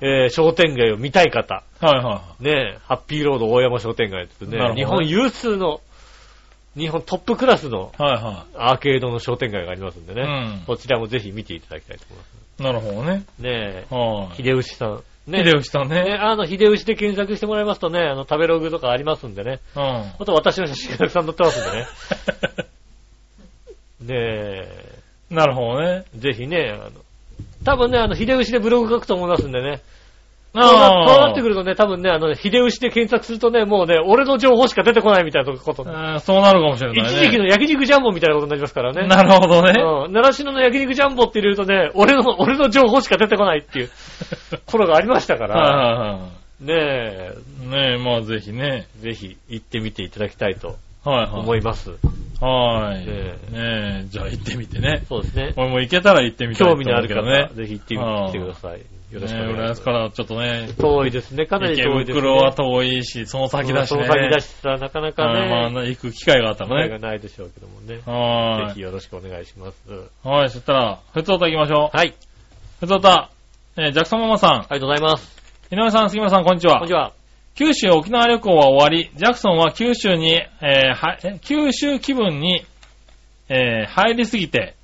えー商店街を見たい方、はいはねえ、ハッピーロード大山商店街ってねなるほどね日本有数の、日本トップクラスのい。はいはアーケードの商店街がありますんでね、うんこちらもぜひ見ていただきたいと思います。い。なるほどね。ねはえ、い。秀吉さん。ね秀吉さんねね。あの、秀吉で検索してもらいますとね、あの、食べログとかありますんでね。うん。 あと私の写真がたくさん載ってますんでね。ねえ、なるほどね。ぜひね、あの、多分ね、あの、秀吉でブログ書くと思いますんでね。そうあなあそうなってくるとね、多分ね、あの、秀吉で検索するとね、もうね、俺の情報しか出てこないみたいなこと。あーそうなるかもしれない一ね。時期の焼肉ジャンボみたいなことになりますからね。なるほどね。うん。習志野の焼肉ジャンボって入れるとね、俺の、俺の情報しか出てこないっていう頃がありましたから、はいはいはねい。ねえ、まあぜひね。え、ぜひ行ってみていただきたいとはいはい。思います。はい。えねえ、じゃあ行ってみてね。そうですね。俺も行けたら行ってみたいと興思う味けのどあね。る方、ぜひ行ってみうん来てください。よろしくおねえ、願浦いしま安かす。らちょっとね、遠いですね、かなり池遠いですね。袋は遠いし、その先だしそね。の先だしさ、なかなかはいまあね、な行く機会があった機会らがね。ないでしょうけどもね。ぜはひよろしくお願いします。い。はい、そしたら、ふつおた行きましょう。はい、ふつおた、えージャクソンママさん、ありがとうございます。井上さん、杉村さん、こんにちは。こんにちは。九州沖縄旅行は終わり、ジャクソンは九州に、えーはえ九州気分に、えー入りすぎて、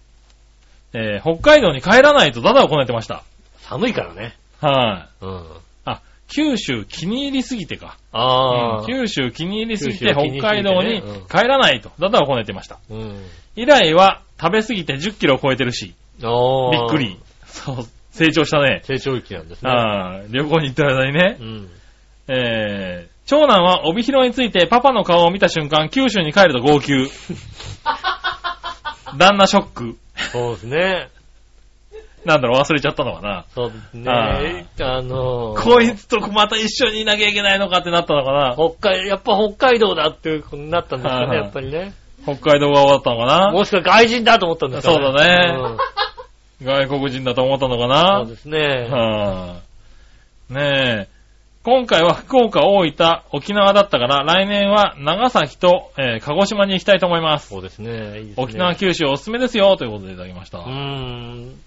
えー北海道に帰らないとダダをこねてました。寒いからね。はい、うん。あ、九州気に入りすぎてか。ああうん。九州気に入りすぎて九州気に入りすぎてね北海道にうん帰らないとダダをこねてました。うん。以来は食べすぎて10キロを超えてるし、おびーっくり。。そう、成長したね。成長期なんですね。あー旅行に行った間にねう、ん。えー、長男は帯広についてパパの顔を見た瞬間、九州に帰ると 号泣。旦那ショック。そうですね。なんだろう、忘れちゃったのかな。そうですね。あのー、こいつとまた一緒にいなきゃいけないのかってなったのかな。北海、やっぱ北海道だっていうことになったんですはいよはね、いやっぱりね。北海道側だったのかな。もしくは外人だと思ったんですかそうだねん外国人だと思ったのそかうな。ですね。はあ、ねえ。今回は福岡、大分、沖縄だったから、来年は長崎と、えー鹿児島に行きたいと思います。そうですね。いいですね沖縄、九州おすすめですよ、ということでいただきました。うーん。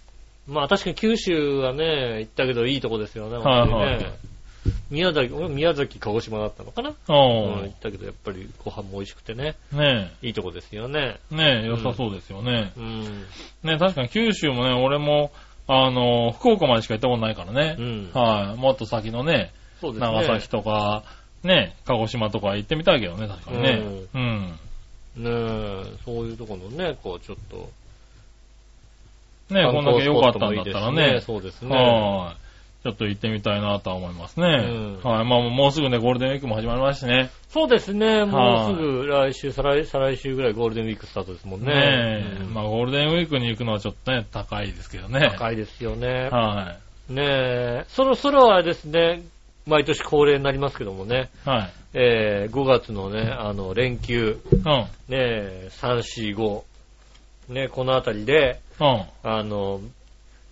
まあ確かに九州はね、行ったけどいいとこですよね、はいは本い当にね宮崎、俺宮崎、鹿児島だったのかな、うん、お行ったけどやっぱりご飯も美味しくてね、ーねいいとこですよね。え、ねえ、良さそうですよね。うん。ねえ、確かに九州もね、俺も、あの、福岡までしか行ったことないからね。うん。はい、もっと先のね、そうですね。長崎とか、ねえ、鹿児島とか行ってみたいけどね、確かにね。うん。ねえ、そういうところのね、こうちょっと。ねえ、こんだけ良かったん観光スポットだっもいいでたすらねそうですね。はい。ちょっと行ってみたいなとは思いますんね。はい。まあもうすぐね、ゴールデンウィークも始まりましたしね。そうですね。もうすぐ来週、再来再来週ぐらいゴールデンウィークスタートですもんね。ねえ。うんまあゴールデンウィークに行くのはちょっとね、高いですけどね。高いですよね。はねえ、そろそろはですね、毎年恒例になりますけどもね、い。はい。えー、5月のね、あの、連休、うん。うん。ねえ、3、4、5、ね、このあたりで、あの、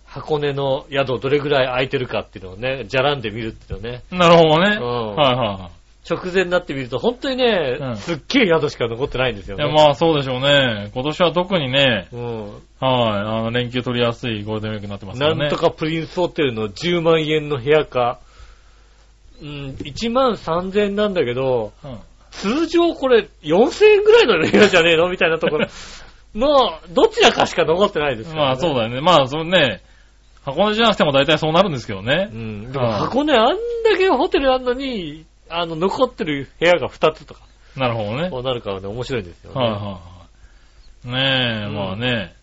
箱根の宿どれぐらい空いてるかっていうのをね、じゃらんで見るっていうのね、なるほどね。うんはいは直前になってみると、本当にね、うんすっげえ宿しか残ってないんですよいね。はい。いや、まあそうでしょうね。今年は特にね、うん。はい、あの、連休取りやすいゴールデンウィークになってますからね。なんとかプリンスホテルの10万円の部屋か、うん、1万3000円なんだけど、うん。通常これ4000円ぐらいのレアじゃねえのみたいなと ころ。の、どちらかしか残ってないですから、ね。まあそうだよね。まあそのね、箱根じゃなくても大体そうなるんですけどね。うん。でも箱根あんだけホテルあんのに、あの、残ってる部屋が2つとか、なるほどね。こうなるからね、面白いんですよね。はいはいはい。ねえ、うんまあね。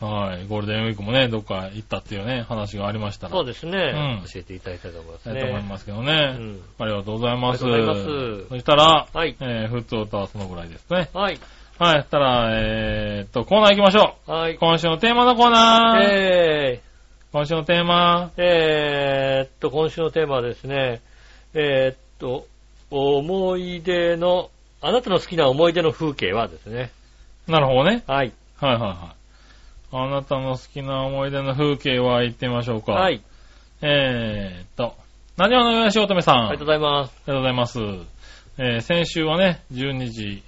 はい。ゴールデンウィークもね、どっか行ったっていうね、話がありましたら。そうですね。うん教えていただきたいと思いますえーね。と思いますけどうね、んありがとうございます。ありがとうございますそしたら、はいえー、普通歌はそのぐらいですね。はい。はい。そしたら、えーっと、コーナー行きましょはう。い。今週のテーマのコーナー。え今週のテーマ、ー、えーっと、今週のテーマはですね、えーっと、思い出の、あなたの好きな思い出の風景はですね。なるほどね。はい。はいはいはい。あなたの好きな思い出の風景は行ってみましょうか。は。い。えーっと、何をのよしおとめさん。ありがとうございます。ありがとうございます。えー先週はね、12時、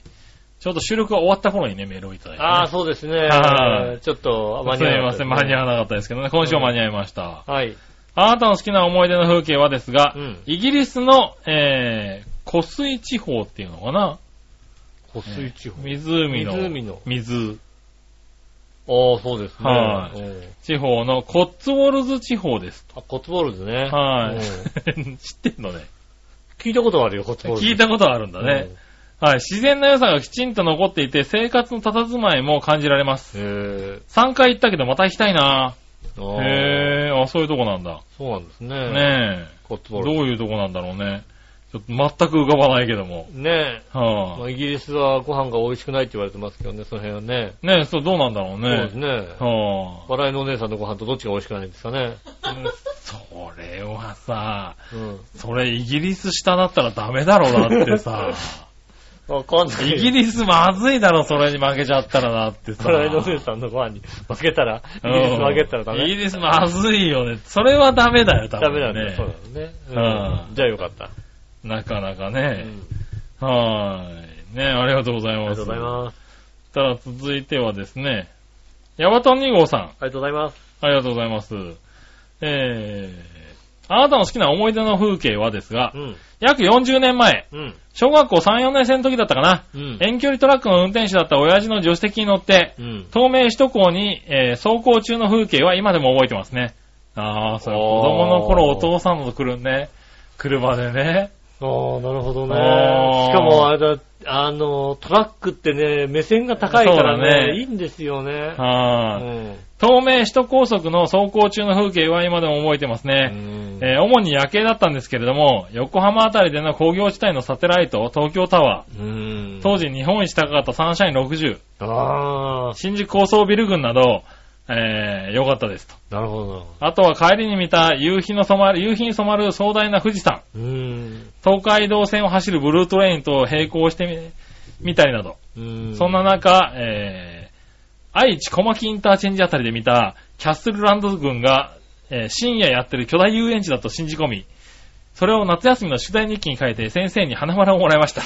ちょうど収録が終わった頃にね、メールをいただいて、ね。ああ、そうですねは。いちょっと、すみません、間に合わわなかったですけどね、今週は間に合いました。ないですね。あなたの好きな思い出の風景はですが、うんイギリスの、えー、湖水地方っていうのかなはい。湖水地方。湖の、湖の水ああ、そうですね。はいうん地方のコッツウォルズ地方です。あ、コッツボールズね。はうんい。 知ってんのね。聞いたことあるよ、コッツボールズ。聞いたことあるんだね。はい。自然な良さがきちんと残っていて、生活の佇まいも感じられます。うん。へ3回行ったけどまた行きたいなぇー。へへえ、あ、そういうとこなんだ。そうなんですね。ねえ。コッツどボールうズ。いうとこなんだろうね。ちょっと全く浮かばないけども。ねえ。まはあイギリスはご飯が美味しくないって言われてますけどね、その辺はね。あ、ねえ、そう、どうなんだろうそうですね。ね。はあ、笑いのお姉さんのご飯とどっちが美味しくないんですかね。それはさ、うん。それイギリス下だったらダメだろうなって さ、わかんない。 イギリスまずいだろ、それに負けちゃったらなってさ。笑いのお姉さんのご飯に負けたら、イギリス負けたらダうんイメ。ギリスまずいよね。それはダメだよ、多ダ分、メなね。んだよ、そうだね。ううんんじゃあよかった。なかなかうね。んはーい。ね、ありがとうございありまがす。とうございます。ただ続いてはですね、ヤバトン2号さん、ありがとうございます。ありがとうございます。えー、あなたの好きな思い出の風景はですがう、ん。約40年前、うん。小学校3、4年生の時だったかな、うん。遠距離トラックの運転手だった親父の助手席に乗って、うん。東名首都高に、えー走行中の風景は今でも覚えてますね。ああ、それ子供の頃おーお父さんの車ね、車でね、ああ、なるほどね。あーしかもあれだ、あの、トラックってね、目線が高いからそうだね、ねいいんですよね。うはい、ん。東名首都高速の走行中の風景は今でも覚えてますね。えー主に夜景だったんですけれども、横浜あたりでの工業地帯のサテライト、東京タワー、うん。当時日本一高かったサンシャイン60、ああ、新宿高層ビル群など、えー良かったですと。なるほどな。あとは帰りに見た夕日の染まる、夕日に染まる壮大な富士山、うん。東海道線を走るブルートレインと並行してみ、見たりなど。うん。そんな中、えー、愛知小牧インターチェンジあたりで見たキャッスルランド軍が、えー深夜やってる巨大遊園地だと信じ込み、それを夏休みの宿題日記に書いて先生に花丸をもらいました。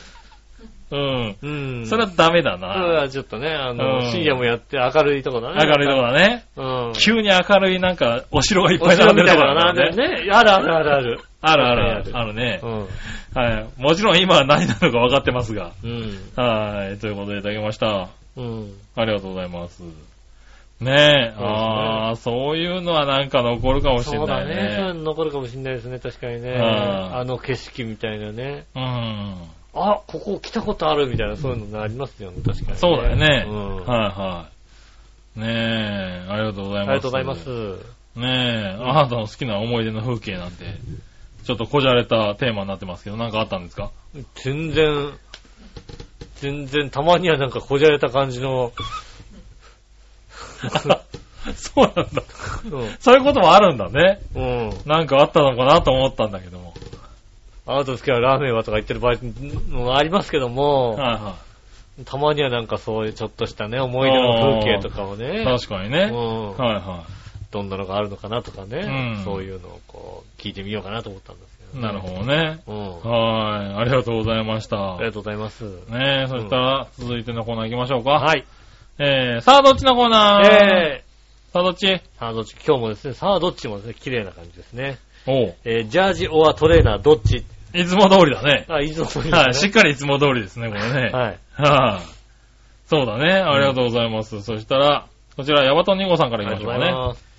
うん。うん。それはダメだそな。れはちょっとね、あの、うん深夜もやって明るいとこだね。明るいとこだね。うん。急に明るいなんか、お城がいっおぱい並城んでみたるといこなだ並ね。んでるね。あるあるあるあ る。あるあるある。ああるねう。ん。はい。もちろん今は何なのか分かってますが。うん。はい。ということでいただきました。うん。ありがとうございます。そうねえ、ですねああ、そういうのはなんか残るかもしそれうなだいね。そういうね。の残るかもしれないですね、確かにね。うんあの景色みたいなね。うん。あ、ここ来たことあるみたいな、そういうのねありますよね、確かに、そうだよね。うんはいはい。ねえ、ありがとうござあいります。がとうございます。ねえ、あなたの好きな思い出の風景なんて、ちょっとこじゃれたテーマになってますけど、なんかあったんです か全然、全然、たまにはなんかこじゃれた感じの、そうなんだ。うん。そういうこともあるんだね。うん。なんかあったのかなと思ったんだけども。あなた好きなラーメンはとか言ってる場合もありますけども、はいはたまにはなんかそういうちょっとしたね、思い出の風景とかをい。ね、確かにね。うんはいはどんなのがあるのかなとかね、うんそういうのをこう、聞いてみようかなと思ったんですけい。ど、なるほどね。ど。うん。はい。ありがとうございましたあり。がとうございます。ねえ、そしたら、続いてのコーナー行きましょうか。はい。えー、さあ、どっちのコーナーえーさあ、どっちさあ、どっち、今日もですね、さあ、どっちもですね、綺麗な感じですね。おう。えージャージオアトレーナー、どっちいつも通りだね。あ、いつもそうはい、しっね。かりいつも通りですね、これね。はい。はい。そうだね。ありがとうございます。そしたら、こちら、ヤバトン2号さんかあらり行がきまとしうょごうざかいね。ます。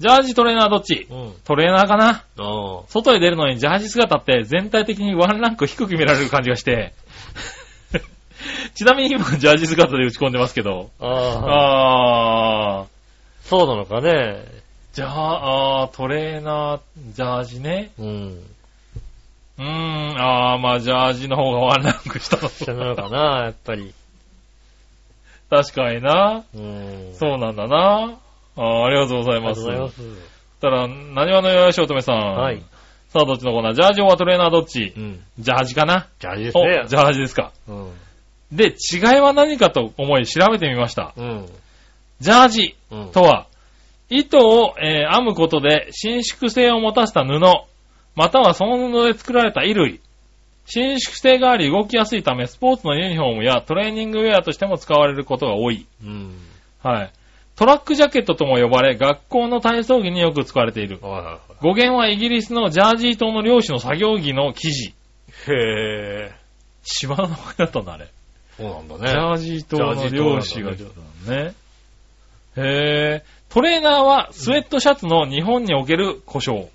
ジャージ、トレーナー、どっちうん。トレーナーかなおー外へ出るのにジャージ姿って全体的にワンランク低く見られる感じがして。 ちなみに今、ジャージ姿で打ち込んでますけど。あーあそうなのかね。じゃあ、あートレーナー、ジャージね。うん。うーん、あー、まあ、ジャージの方がワンランク下 だ下なのかな。な、やっぱり。確かにな。うん。う。そうなんだな。あーありがとうございありがます。とうございます。たら、何話のよよしおとめさん。はい。。さあ、どっちのコーナージャージオはトレーナーどっちうん。ジャージかなジャージですお、ね。ジャージですか。うん。で、違いは何かと思い調べてみました。うん。ジャージうん。とは、糸を、えー編むことで伸縮性を持たせた布、またはその布で作られた衣類。伸縮性があり動きやすいため、スポーツのユニフォームやトレーニングウェアとしても使われることが多い。うん。はい。トラックジャケットとも呼ばれ、学校の体操着によく使われている。はいは語源はイギリスのジャージー島の漁師の作業着の生地。いはい。へ島の名前だったんだ、あれ。ぇそうなんだジね。ャージー島の漁師がジャージー島なんだね来たのね。へぇトレーナーはスウェットシャツの日本における故障。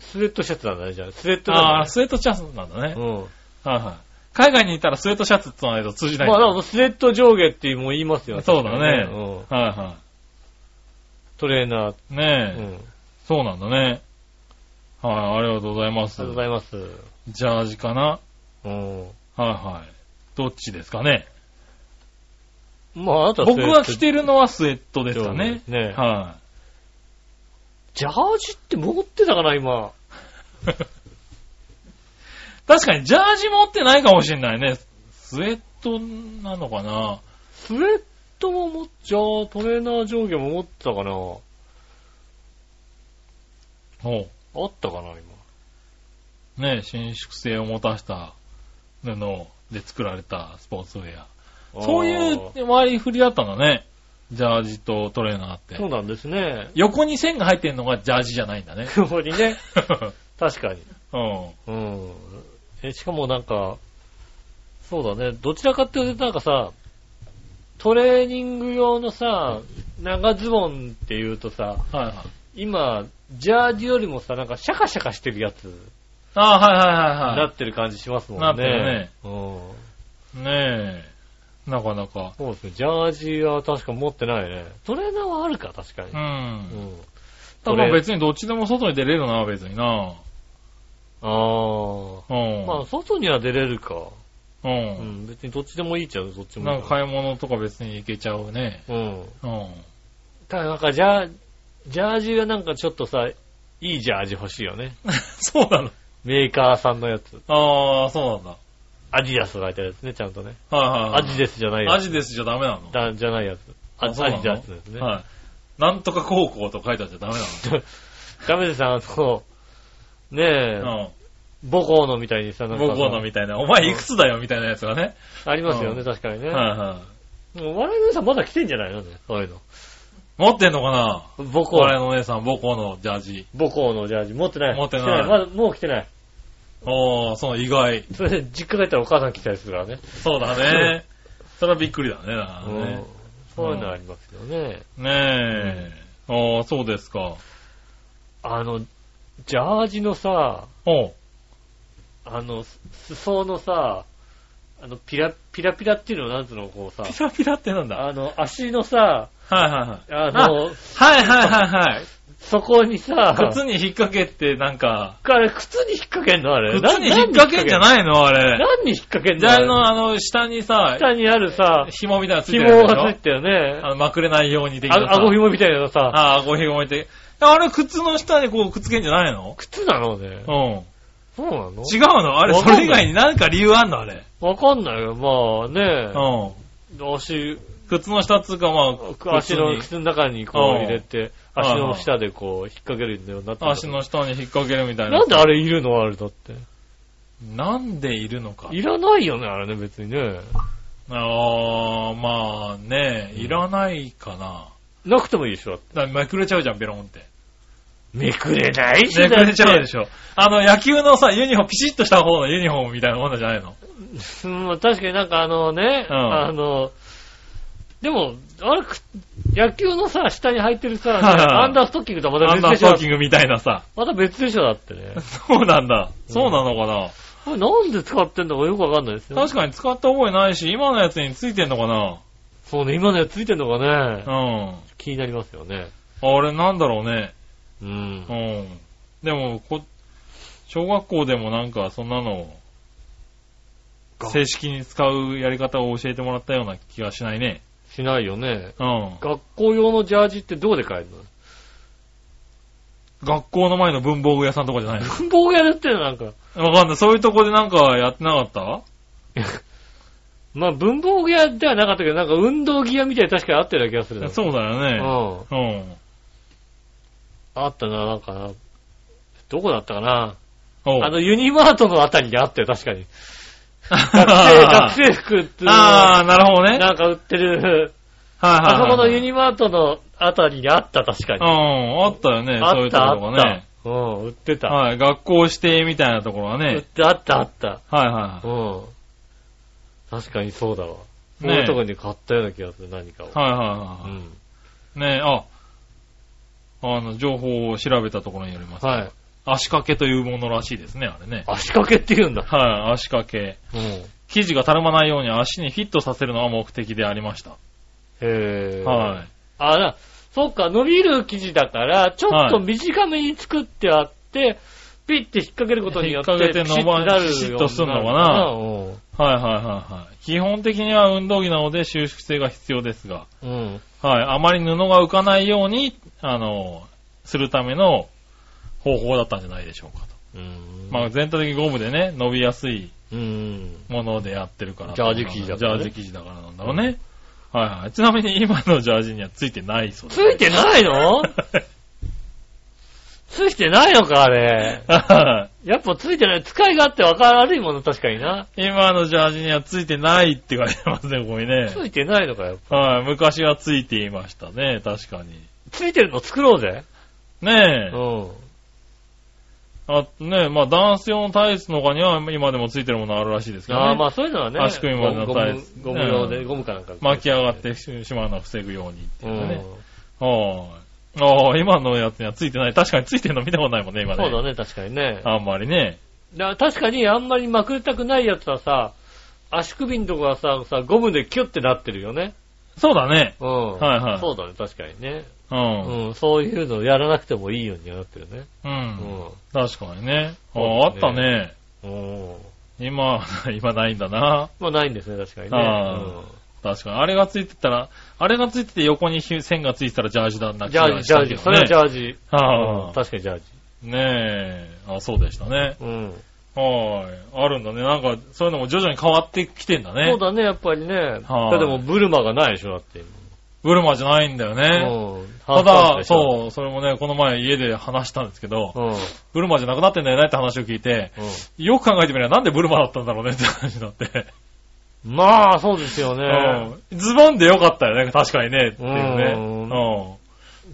スウェットシャツなんだね、じゃあ。スウェットあなんあ、スウェットシャツなんだねだ。ね。うん。はいはい。海外にいたらスウェットシャツってないと通じない。まあ、なんかスウェット上下っていうも言いますよそうだね。うん。はいはトレーナー。い。うん。あねえ、りそうなんだね。はい、ありがとうございまがすとう。ございます。ジャージかなうん。はいはい。どっちですかねまあ、あなた僕は着てるのはスウェットですかね。ねはジャージって持ってたかな、今。い。確かにジャージ持ってないかもしれないね。スウェットなのかなスウェットも持っちゃう、トレーナー上下も持ってたかな。ほう。あったかな、今。ね、伸縮性を持たした布で作られたスポーツウェア。そういあーう割り振りだったんだね。ジャージとトレーナーってそう。なんです ね。横に線が入ってるのがジャージじゃない 。んだねここにね。確かに。うん。うん。え、しかもなんか、そうだね。どちらかっていうとなんかさ、トレーニング用のさ、長ズボンっていうとさ、はいはい。今、ジャージよりもさ、なんかシャカシャカしてるやつ、ああ、はいはいはいなはってる感じしますもんね。なってるねうん。い。ねえ。なかなか。そうですね。ジャージは確か持ってないね。トレーナーはあるか、確かにう。んう。ん。ただまあ別にどっちでも外に出れるな、別にな。あうあ。ん。まあ、外には出れるか。う。うんん。別にどっちでもいいっちゃう、どっちもいないんか買い物とか別に行けちゃうね。うん。うん。 ただなんかジャー、ジャージがなんかちょっとさ、いいジャージ欲しいよね。そうなのメーカーさんのやつ。ああ、そうなんだ。アディダスが書いてあるやつね、ちゃんとね。はいはいはアい。ディですじゃないアやつ。ジですじゃダメなのだじゃないやつ。アアあそうなのディダスですね。はい。なんとか高校と書いてあっちゃダメなダメでさ、あの、ねえ、の。母校のみたいにさ、なんかさ僕のみたいな。お前いくつだよみたいなやつがね。ありますよね、うん確かにね。はいはい。もう笑いのさんまだ来てんじゃないのね、そういうの。持ってんのかな母校我、々のお姉さん、母校のジャージ。母校のジャージ持ってない。持ってない着まだ、もう来てない。おー、そう、意外。それで実家帰ったらお母さん来たりするからね。そうだね。それはびっくりだね。だからねそういうのありますよね。ねえ。ああ、そうですか。あの、ジャージのさ、おう。あの、す裾のさ、あの、ピラ、ピラピラっていうのなんつうの、こう さ、ピラピラってなんだはいあの、足のさ、はいはあい。の、はいはいはいはい。そこにさ、靴に引っ掛けて、なんか、あれ靴に引っ掛けんのあれ。靴に引っ掛けんじゃいないのあれ。何に引っ掛けんジのャあージれのあの、下にさ、下にあるさ、紐みたいなのついてる紐やつでしがついょてたよね。 あの、まくれないようにできるあ、顎紐みたいなのさ、ああ、顎紐置いて。あれ、靴の下にこう、くっつけんじゃないの靴なのねう。ん。そうなの違うのあれ、わそかんないれ以外に何か理由あんのあれ。わかんないよ。まあね、うん。足、靴の下っつうか、まあ、足の靴に靴の中にこう入れて、うん足の下でこう引っ掛けるようになった。足の下に引っ掛けるみたいな。なんであれいるのあれだって。なんでいるのか。いらないよね、あれね、別にね。ああ、まあね、うんいらないかな。なくてもいいでしょ、だってだからめくれちゃうじゃん、ベロンって。めくれないし、めくれちゃうでししょ。あの、野球のさ、ユニフォーム、ピシッとした方のユニフォームみたいなもんなんじゃないのょ。うん確かになんかあのね、うんあの、でも、あれ、く野球のさ、下に履いてるさ、はいはいアンダーストッキングとはまアたンダ別ーでしストょッ。キングみたいなさ。また別でしょ、だってね。そうなんだ。そうなのかな。これなんで使ってんのかよくわかんないですよ。確かに使った覚えないし、今のやつについてんのかそうね、今のやつついてんのかね。な。うん。気気になりますよね。あれなんだろうね。う。うんん。でも、こ、小学校でもなんかそんなのが、正式に使うやり方を教えてもらったような気がしないね。しないよね。うん。学校用のジャージってどうで買えるの 学校の前の文房具屋さんとかじゃない文房具屋で売ってるのなんか。のわかんない。そういうとこでなんかやってなかった まあ文房具屋ではなかったけど、なんか運動着屋みたいに確かにあったような気がするなそうだよね。ううん。ん。あったな、なんかな。どこだったかな。おう あの、ユニマートのあたりにあったよ、確かに。学生、学あ生服っていうのあー、なるほどね。なんか売ってる、はいはいはいはい。あそこのユニマートのあたりにあった、確かうに。ん、あったよね、そうあいうっとた、ころあっがね。た。うん、売ってた。はい、学校指定みたいなところは売っね。てあった、あった。はいはいはうん。確かにそうだわ。い。そうねいうとこに買ったような気がする、何かを。はいうはいはん。い。ねあ、あの、情報を調べたところによります。はい。足掛けというものらしいですね、あれね。足掛けって言うんだ。はい、足掛け。うん。へ生地がたるまないように足にフィットさせるのが目的でありました。え。はい。あら、そっか、伸びる生地だから、ちょっと短めに作ってあって、ピッて引っ掛けることによって、引っ掛けて伸ばピッてなるようになるシュッとすんのかなうんはいはいはいはい。基本的には運動着なので収縮性が必要ですが、うん。はい、あまり布が浮かないように、あの、するための方法だったんじゃないでしょうかと。うん。まあ全体的にゴムでね、伸びやすいうん。ものでやってるから。ジャージ生地だジからャねージ生地だからなんだろうね。はいはい。ちなみに今のジャージにはついてないそうでつす。いてないのついてないのか、あれ。やっぱついてない。使い勝手わかる悪いもの、確かにな。今のジャージにはついてないって言われてますね、ここにねつ。いてないのかよ。はい。昔はついていましたね、確かに。ついてるの作ろうぜ。ねうえ。ん。あねえ、まあ男性用のタイツの他には今でもついてるものあるらしいですけどね。ああ、まあそういうのはね。足首までのゴタムイツ、ゴム用で、うんゴムかなんか。巻き上がってしまうのを防ぐようにってういうねん。。はい。ああ、今のやつにはついてない。確かについてるの見たことないもんね、今ね。そうだね、確かにね。あんまりね。だから確かにあんまりまくりたくないやつはさ、足首のとこはさ、さゴムでキュッてなってるよね。そうだね。うん。はいはいそうだね、確かにね。う。うんん、そういうのやらなくてもいいようになってるね。う。うんん。確かにね。ああ、そうあっですねたね。うん。今、 今ないんだな。まあないんですね、確かにね。あ確かに。あれがついてたら、あれがついてて横に線がついてたらジャージだうなんジャージ、ジャージ。それはジージ。ャージ。はうんあ。確かにジャージ。ねえ。あ、そうでしたね。うん。はい。あるんだね。なんか、そういうのも徐々に変わってきてんだね。そうだね、やっぱりね。はだいってもうブルマがないでしょ、だって。ブルマじゃないんだよね。うん。ただ、う。そう、それもね、この前家で話したんですけど、うん。うん。ブルマじゃなくなってんだよねって話を聞いて、よく考えてみればなんでブルマだったんだろうねって話になって。まあ、そうですよね。うんズボンでよかったよね、確かにね、っていうね。うんう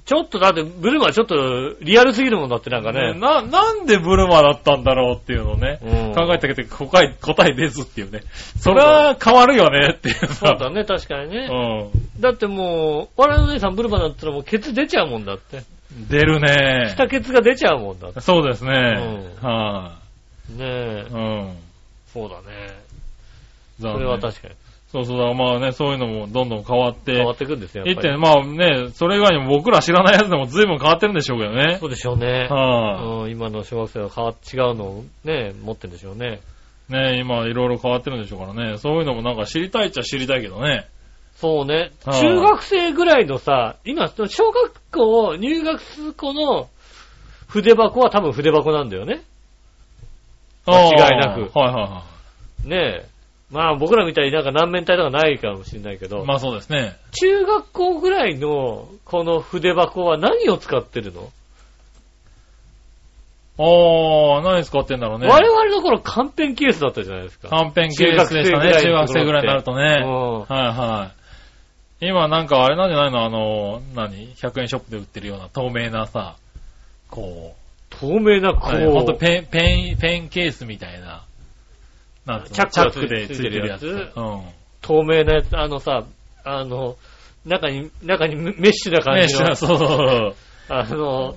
ちょっとだって、ブルマちょっとリアルすぎるもんだって、なんかんねね。な、なんでブルマだったんだろうっていうのをね、うん考えたけど答え、答え出ずっていうね。それは変わるよねっていうそうさ。だね、確かにね。うだってもう、我々の姉さんブルマだったらもうケツ出ちゃうもんだって。ん。出るね。下ケツが出ちゃうもんだって。そうですね。うはねえい、。うん。そうだね。そそれは確かに。そうそうだ、まあね、そういうのもどんどん変わって。変わってくんですよ、や一っぱり点、まあね、それ以外にも僕ら知らないやつでも随分変わってるんでしょうけどねそ。うでしょうね。はうん、今の小学生は変わ違うのをね、持ってるんでしょうね。い、ね、今いろいろ変わってるんでしょうからね。そういうのもなんか知りたいっちゃ知りたいけどね。そうね。はい中学生ぐらいのさ、今、小学校入学する子の筆箱は多分筆箱なんだよね。間違いなくああはいはねえ。まあ僕らみたいになんか何面体とかないかもしれないけいはど、い。まあそうですね。中学校ぐらいのこの筆箱は何を使ってるの、ああ、何使ってんだろうね。我々の頃完璧ケースだったじゃないですか。短編ケースでしたね。中中学学生生ぐぐららいいにのなるとね。うんはいはい。今なんかあれなんじゃないのあの、何 ?100 円ショップで売ってるような透明なさ、こう、透明なこあれほんとう、ペン、ペン、ペンケースみたいな、なんつうのチャックチャッがついクでついてるやつ。ついてるやつうん。透明なやつ、あのさ、あの、中に、中にメッシュな感ね、じ知らのん、そうそうそう。あの、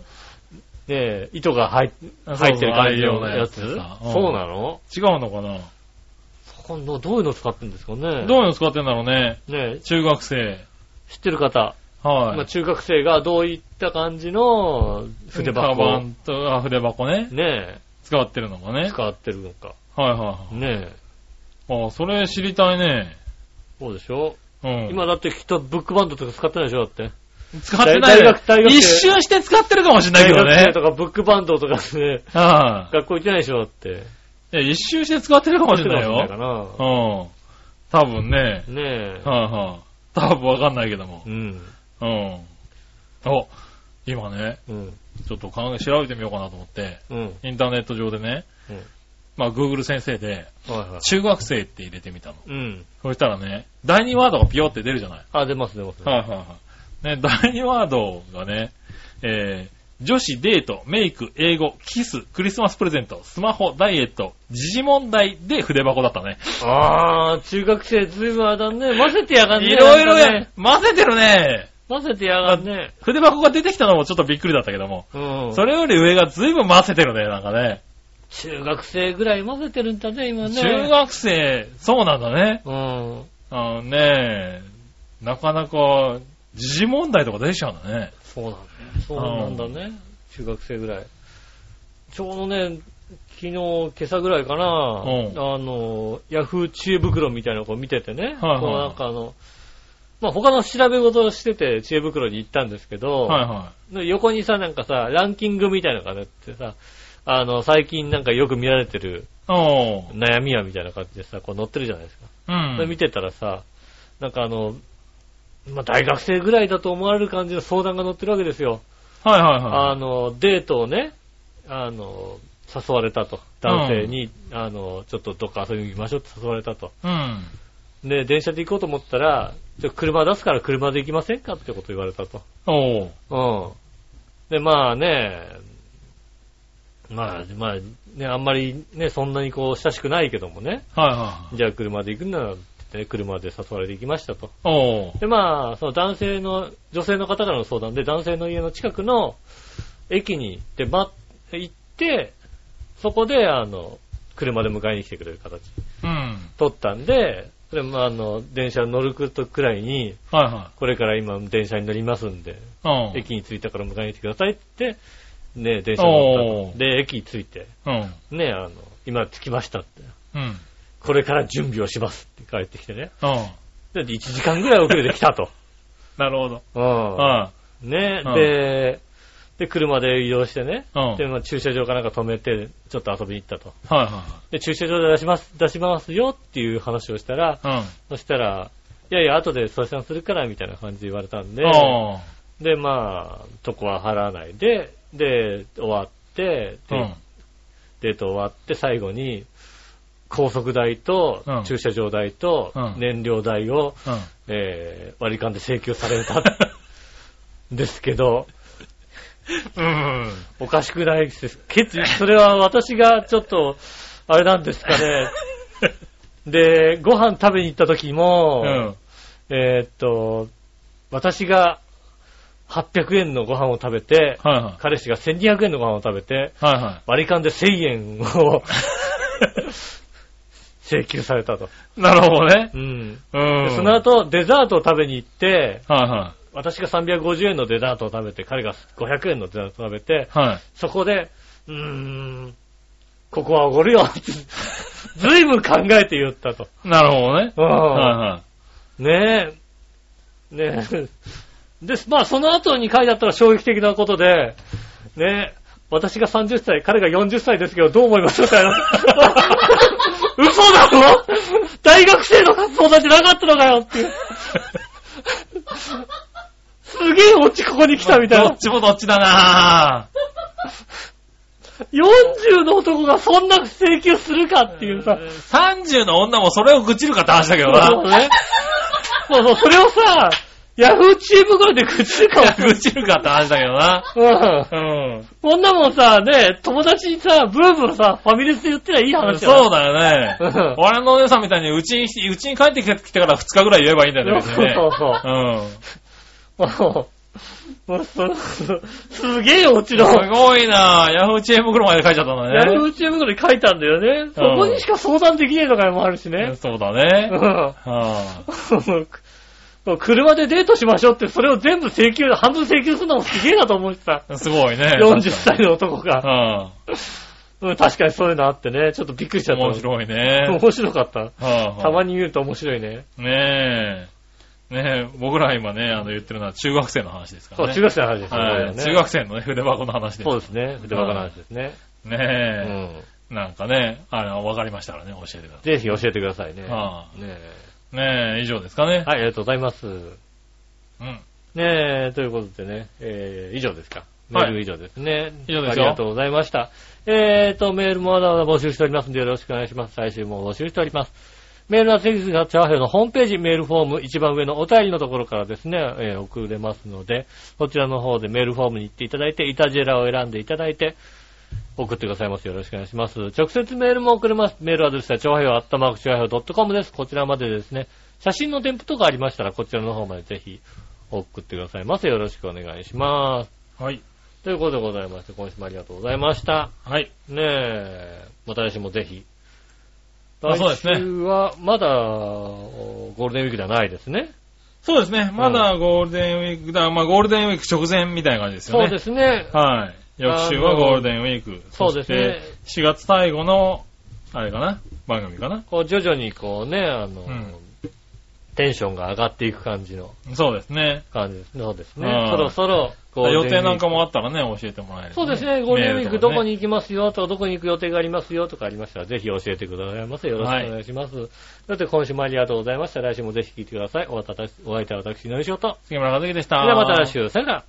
ねえ、糸が入っそう入ってる感じああいうようのなややつつさうんそうなの違うのかな今度どういうの使ってるんですかねどういうの使ってんだろうねねえ、中学生。知ってる方、はい。まあ、中学生がどういった感じの筆カ箱バをンと、あ、筆箱ね。ね使ってるのがえ、ね。使ってるのか。はいはいねえ、はい。あ、それ知りたいね。そうでしょ、うん。今だってきっとブックバンドとか使ってないでしょだって。使ってない大学大学生一瞬して使ってるかもしれないけど大ね学生。とかブックバンドとかね、は学校行ってないでしょだって。い。いや、一瞬して使ってるかもしれない使ってかよ。なうん。多分ね。ねえ。はいはい。多分わかんないけどもう。ん。うん。お、今ね、うん。ちょっと考え、調べてみようかなと思って、うん。インターネット上でね、うんまあ Google 先生で、はいはい。中学生って入れてみたの。うん。そしたらね、第2ワードがピヨって出るじゃない。あ、出ます出ます。はいはいはい。ね、 第2ワードがね、えー、女子、デート、メイク、英語、キス、クリスマスプレゼント、スマホ、ダイエット、時事問題で筆箱だったね。あー、中学生ずいぶんあだね。混ぜてやがんね。いろいろなんかやね。、混ぜてるね。混ぜてやがんね。筆箱が出てきたのもちょっとびっくりだったけども。うん。それより上がずいぶん混ぜてるね、なんかね。中学生ぐらい混ぜてるんだね、今ね。中学生、そうなんだね。うん。あのねなかなか、時事問題とか出てきちゃうんだね。そうなんだね。そうなんだね。中学生ぐらい。ちょうどね、昨日、今朝ぐらいかな、うんあの、ヤフー知恵袋みたいなのを見ててね、はいはいこうなんかあの、まあ、他の調べ事をしてて知恵袋に行ったんですけど、はいはで横にさ、なんかさ、ランキングみたいなのがあってさ、あの、最近なんかよく見られてるい。おー。悩みやみたいな感じでさ、こう載ってるじゃないですか。うそれ見ん。てたらさ、なんかあの、まあ、大学生ぐらいだと思われる感じの相談が載ってるわけですよ。はいはいはい。あの、デートをね、あの、誘われたと。男性に、あの、ちょっとどっか遊びに行きましょうって誘われたと。うん。で、電車で行こうと思ったら、ちょ車出すから車で行きませんかってこと言われたと。おー。うん。で、まあね、まあ、まあ、ね、あんまりね、そんなにこう、親しくないけどもね、はいはい。じゃあ車で行くならって言って、車で誘われて行きましたと。おー。で、まあ、その男性の、女性の方からの相談で、男性の家の近くの駅に行って、ま、行って、そこで、あの、車で迎えに来てくれる形うん。取ったんで、それも、あの、電車に乗ることくらいに、はいはこれから今、電車に乗りますんで、い。うん。駅に着いたから迎えに来てくださいって言って、ね、電車に乗ったとおーで、駅に着いて、うん。ね、あの、今着きましたって。うん。これから準備をしますって帰ってきてね。うん。で、1時間ぐらい遅れてきたと。なるほど。うん はね、うんで、で、車で移動してね、い。うん。はいで、まあ、駐車場かなんか止めて、ちょっと遊びに行ったと。はで、駐車場で出します、出しますよっていう話をしたら、いはい。そしたら、いやいや、後で送算するから、みたいな感じで言われたんうでん。、あで、まあ、とこは払わないで、で、終わって、あ。うでん。デート終わって、最後に、高速代とうん駐車場代とうん燃料代を、うん。えー割り勘で請求されたんですけ ど、うん。おかしくないです。決意、 それは私がちょっと、あれなんですか ね。で、ご飯食べに行った時うも、ん。えーっと、私が800円のご飯を食べて、はいは彼氏が1200円のご飯を食べて、い。はいは割り勘で1000円を 請求されたと。い。なるほどねう。ん。うでん。その後、デザートを食べに行って、はいは私が350円のデザートを食べて、彼が500円のデザートを食べて、い。はい。そこで、うーん、ここはおごるよ って、ずいぶん考えて言ったと。なるほどね。うんはねえ。ねえ。で、まあその後に書いてあったら衝撃的なことで、ねえ、私が30歳、彼が40歳ですけど、どう思いますみたいな。 嘘だろ大学生の活動なんてなかったのかよっていう。すげえオチここに来いたはい。みたいどなっ。ちもどっちだなぁ。 40の男がそんな請求するかっていうさ。 30の女もそれを愚痴るかって話だけど そうな。ね。そうそう、それをさ、ヤフーチームぐらいで愚痴るかもしれ愚痴るかって話だけどな。ない。うん。うん。こんなもんさ、ね、友達にさ、ブーブーさ、ファミレスで言ってりゃいい話だそうだよね うん。俺のお姉さんみたいにうちに来て、うちに帰ってきてから2日ぐらい言えばいいんだよね、別にね。そうそうそうもう、もうそすすげえオチの。うん。すごいなぁ。ヤフー知恵袋まで書いちゃったんヤだフね。ーチームぐらい書いたんだよね。そこにしか相談できねえとかもあるしね。そうだうね。ん。 はぁそうもう車でデートしましょうって、それを全部請求、半分請求するのもすげえなと思ってた。すごいね。 40歳の男確が。かうん、確かにそういうのあってね、ちょっとびっくりしちゃに。うん。った。面白いね。面白かった。たたまに。に見ると面白いね。ねえ。ねえ、僕ら今ね、あの言ってるのは中学生の話ですかそらう、ね。中学生の話ですよはこい。れね中学生のね、筆箱の話です。そうですね。筆箱の話ですね。うねん。え。なんかね、あの、わかりましたらね、教えてくださぜひ教えてくださいね。はねい。ねえ、以上ですかえ。はねい、ありがとうございます。うん。ねえ、ということでね、えー、以上ですか。メはいール以上ですね。以上ですよありがとうございました。えーと、メールもまだまだ募集しておりますのでよろしくお願いします。最終も募集しております。メールはテキスがチャワヘオのホームページメールフォーム一番上のお便りのところからですね、えー送れますので、そちらの方でメールフォームに行っていただいて、イタジェラを選んでいただいて、送ってくださいます。よろしくお願いします。直接メールも送れます。メールアドレスは、超平和アットマーク超平和 .com です。こちらまでですね、写真の添付とかありましたら、こちらの方までぜひ送ってくださいませ。よろしくお願いします。はい。ということでございまして、今週もありがとうございました。はい。ねえ、また来週もぜひ。あそうですね来週は、まだ、おゴールデンウィークじゃないですね。そうですね。まだゴールデンウィークだ、まあゴールデンウィーク直前みたいな感じですよそね。うですね。はい。翌週はあのゴールデンウィーク。そうですね。 4月最後の、あれかな番組かなこう徐々にこうね、あの、うんテンションが上がっていく感じのそうですね。感じですね。そうですうねん。そろそろゴール予デンウィーク定なんかもあったらね、教えてもらえる、そうですね、ゴールデンウィークどこにメ行きますよとか、どこに行く予定がありますよとかありましたら、ぜひ教えてくださいませ。よろしくお願いします。だって今週もありがとうございました。来週もぜひ聞いてください。おわたたお相手は私、のりしおと。ールとかね杉村和樹でした。それではまた来週、さよなら。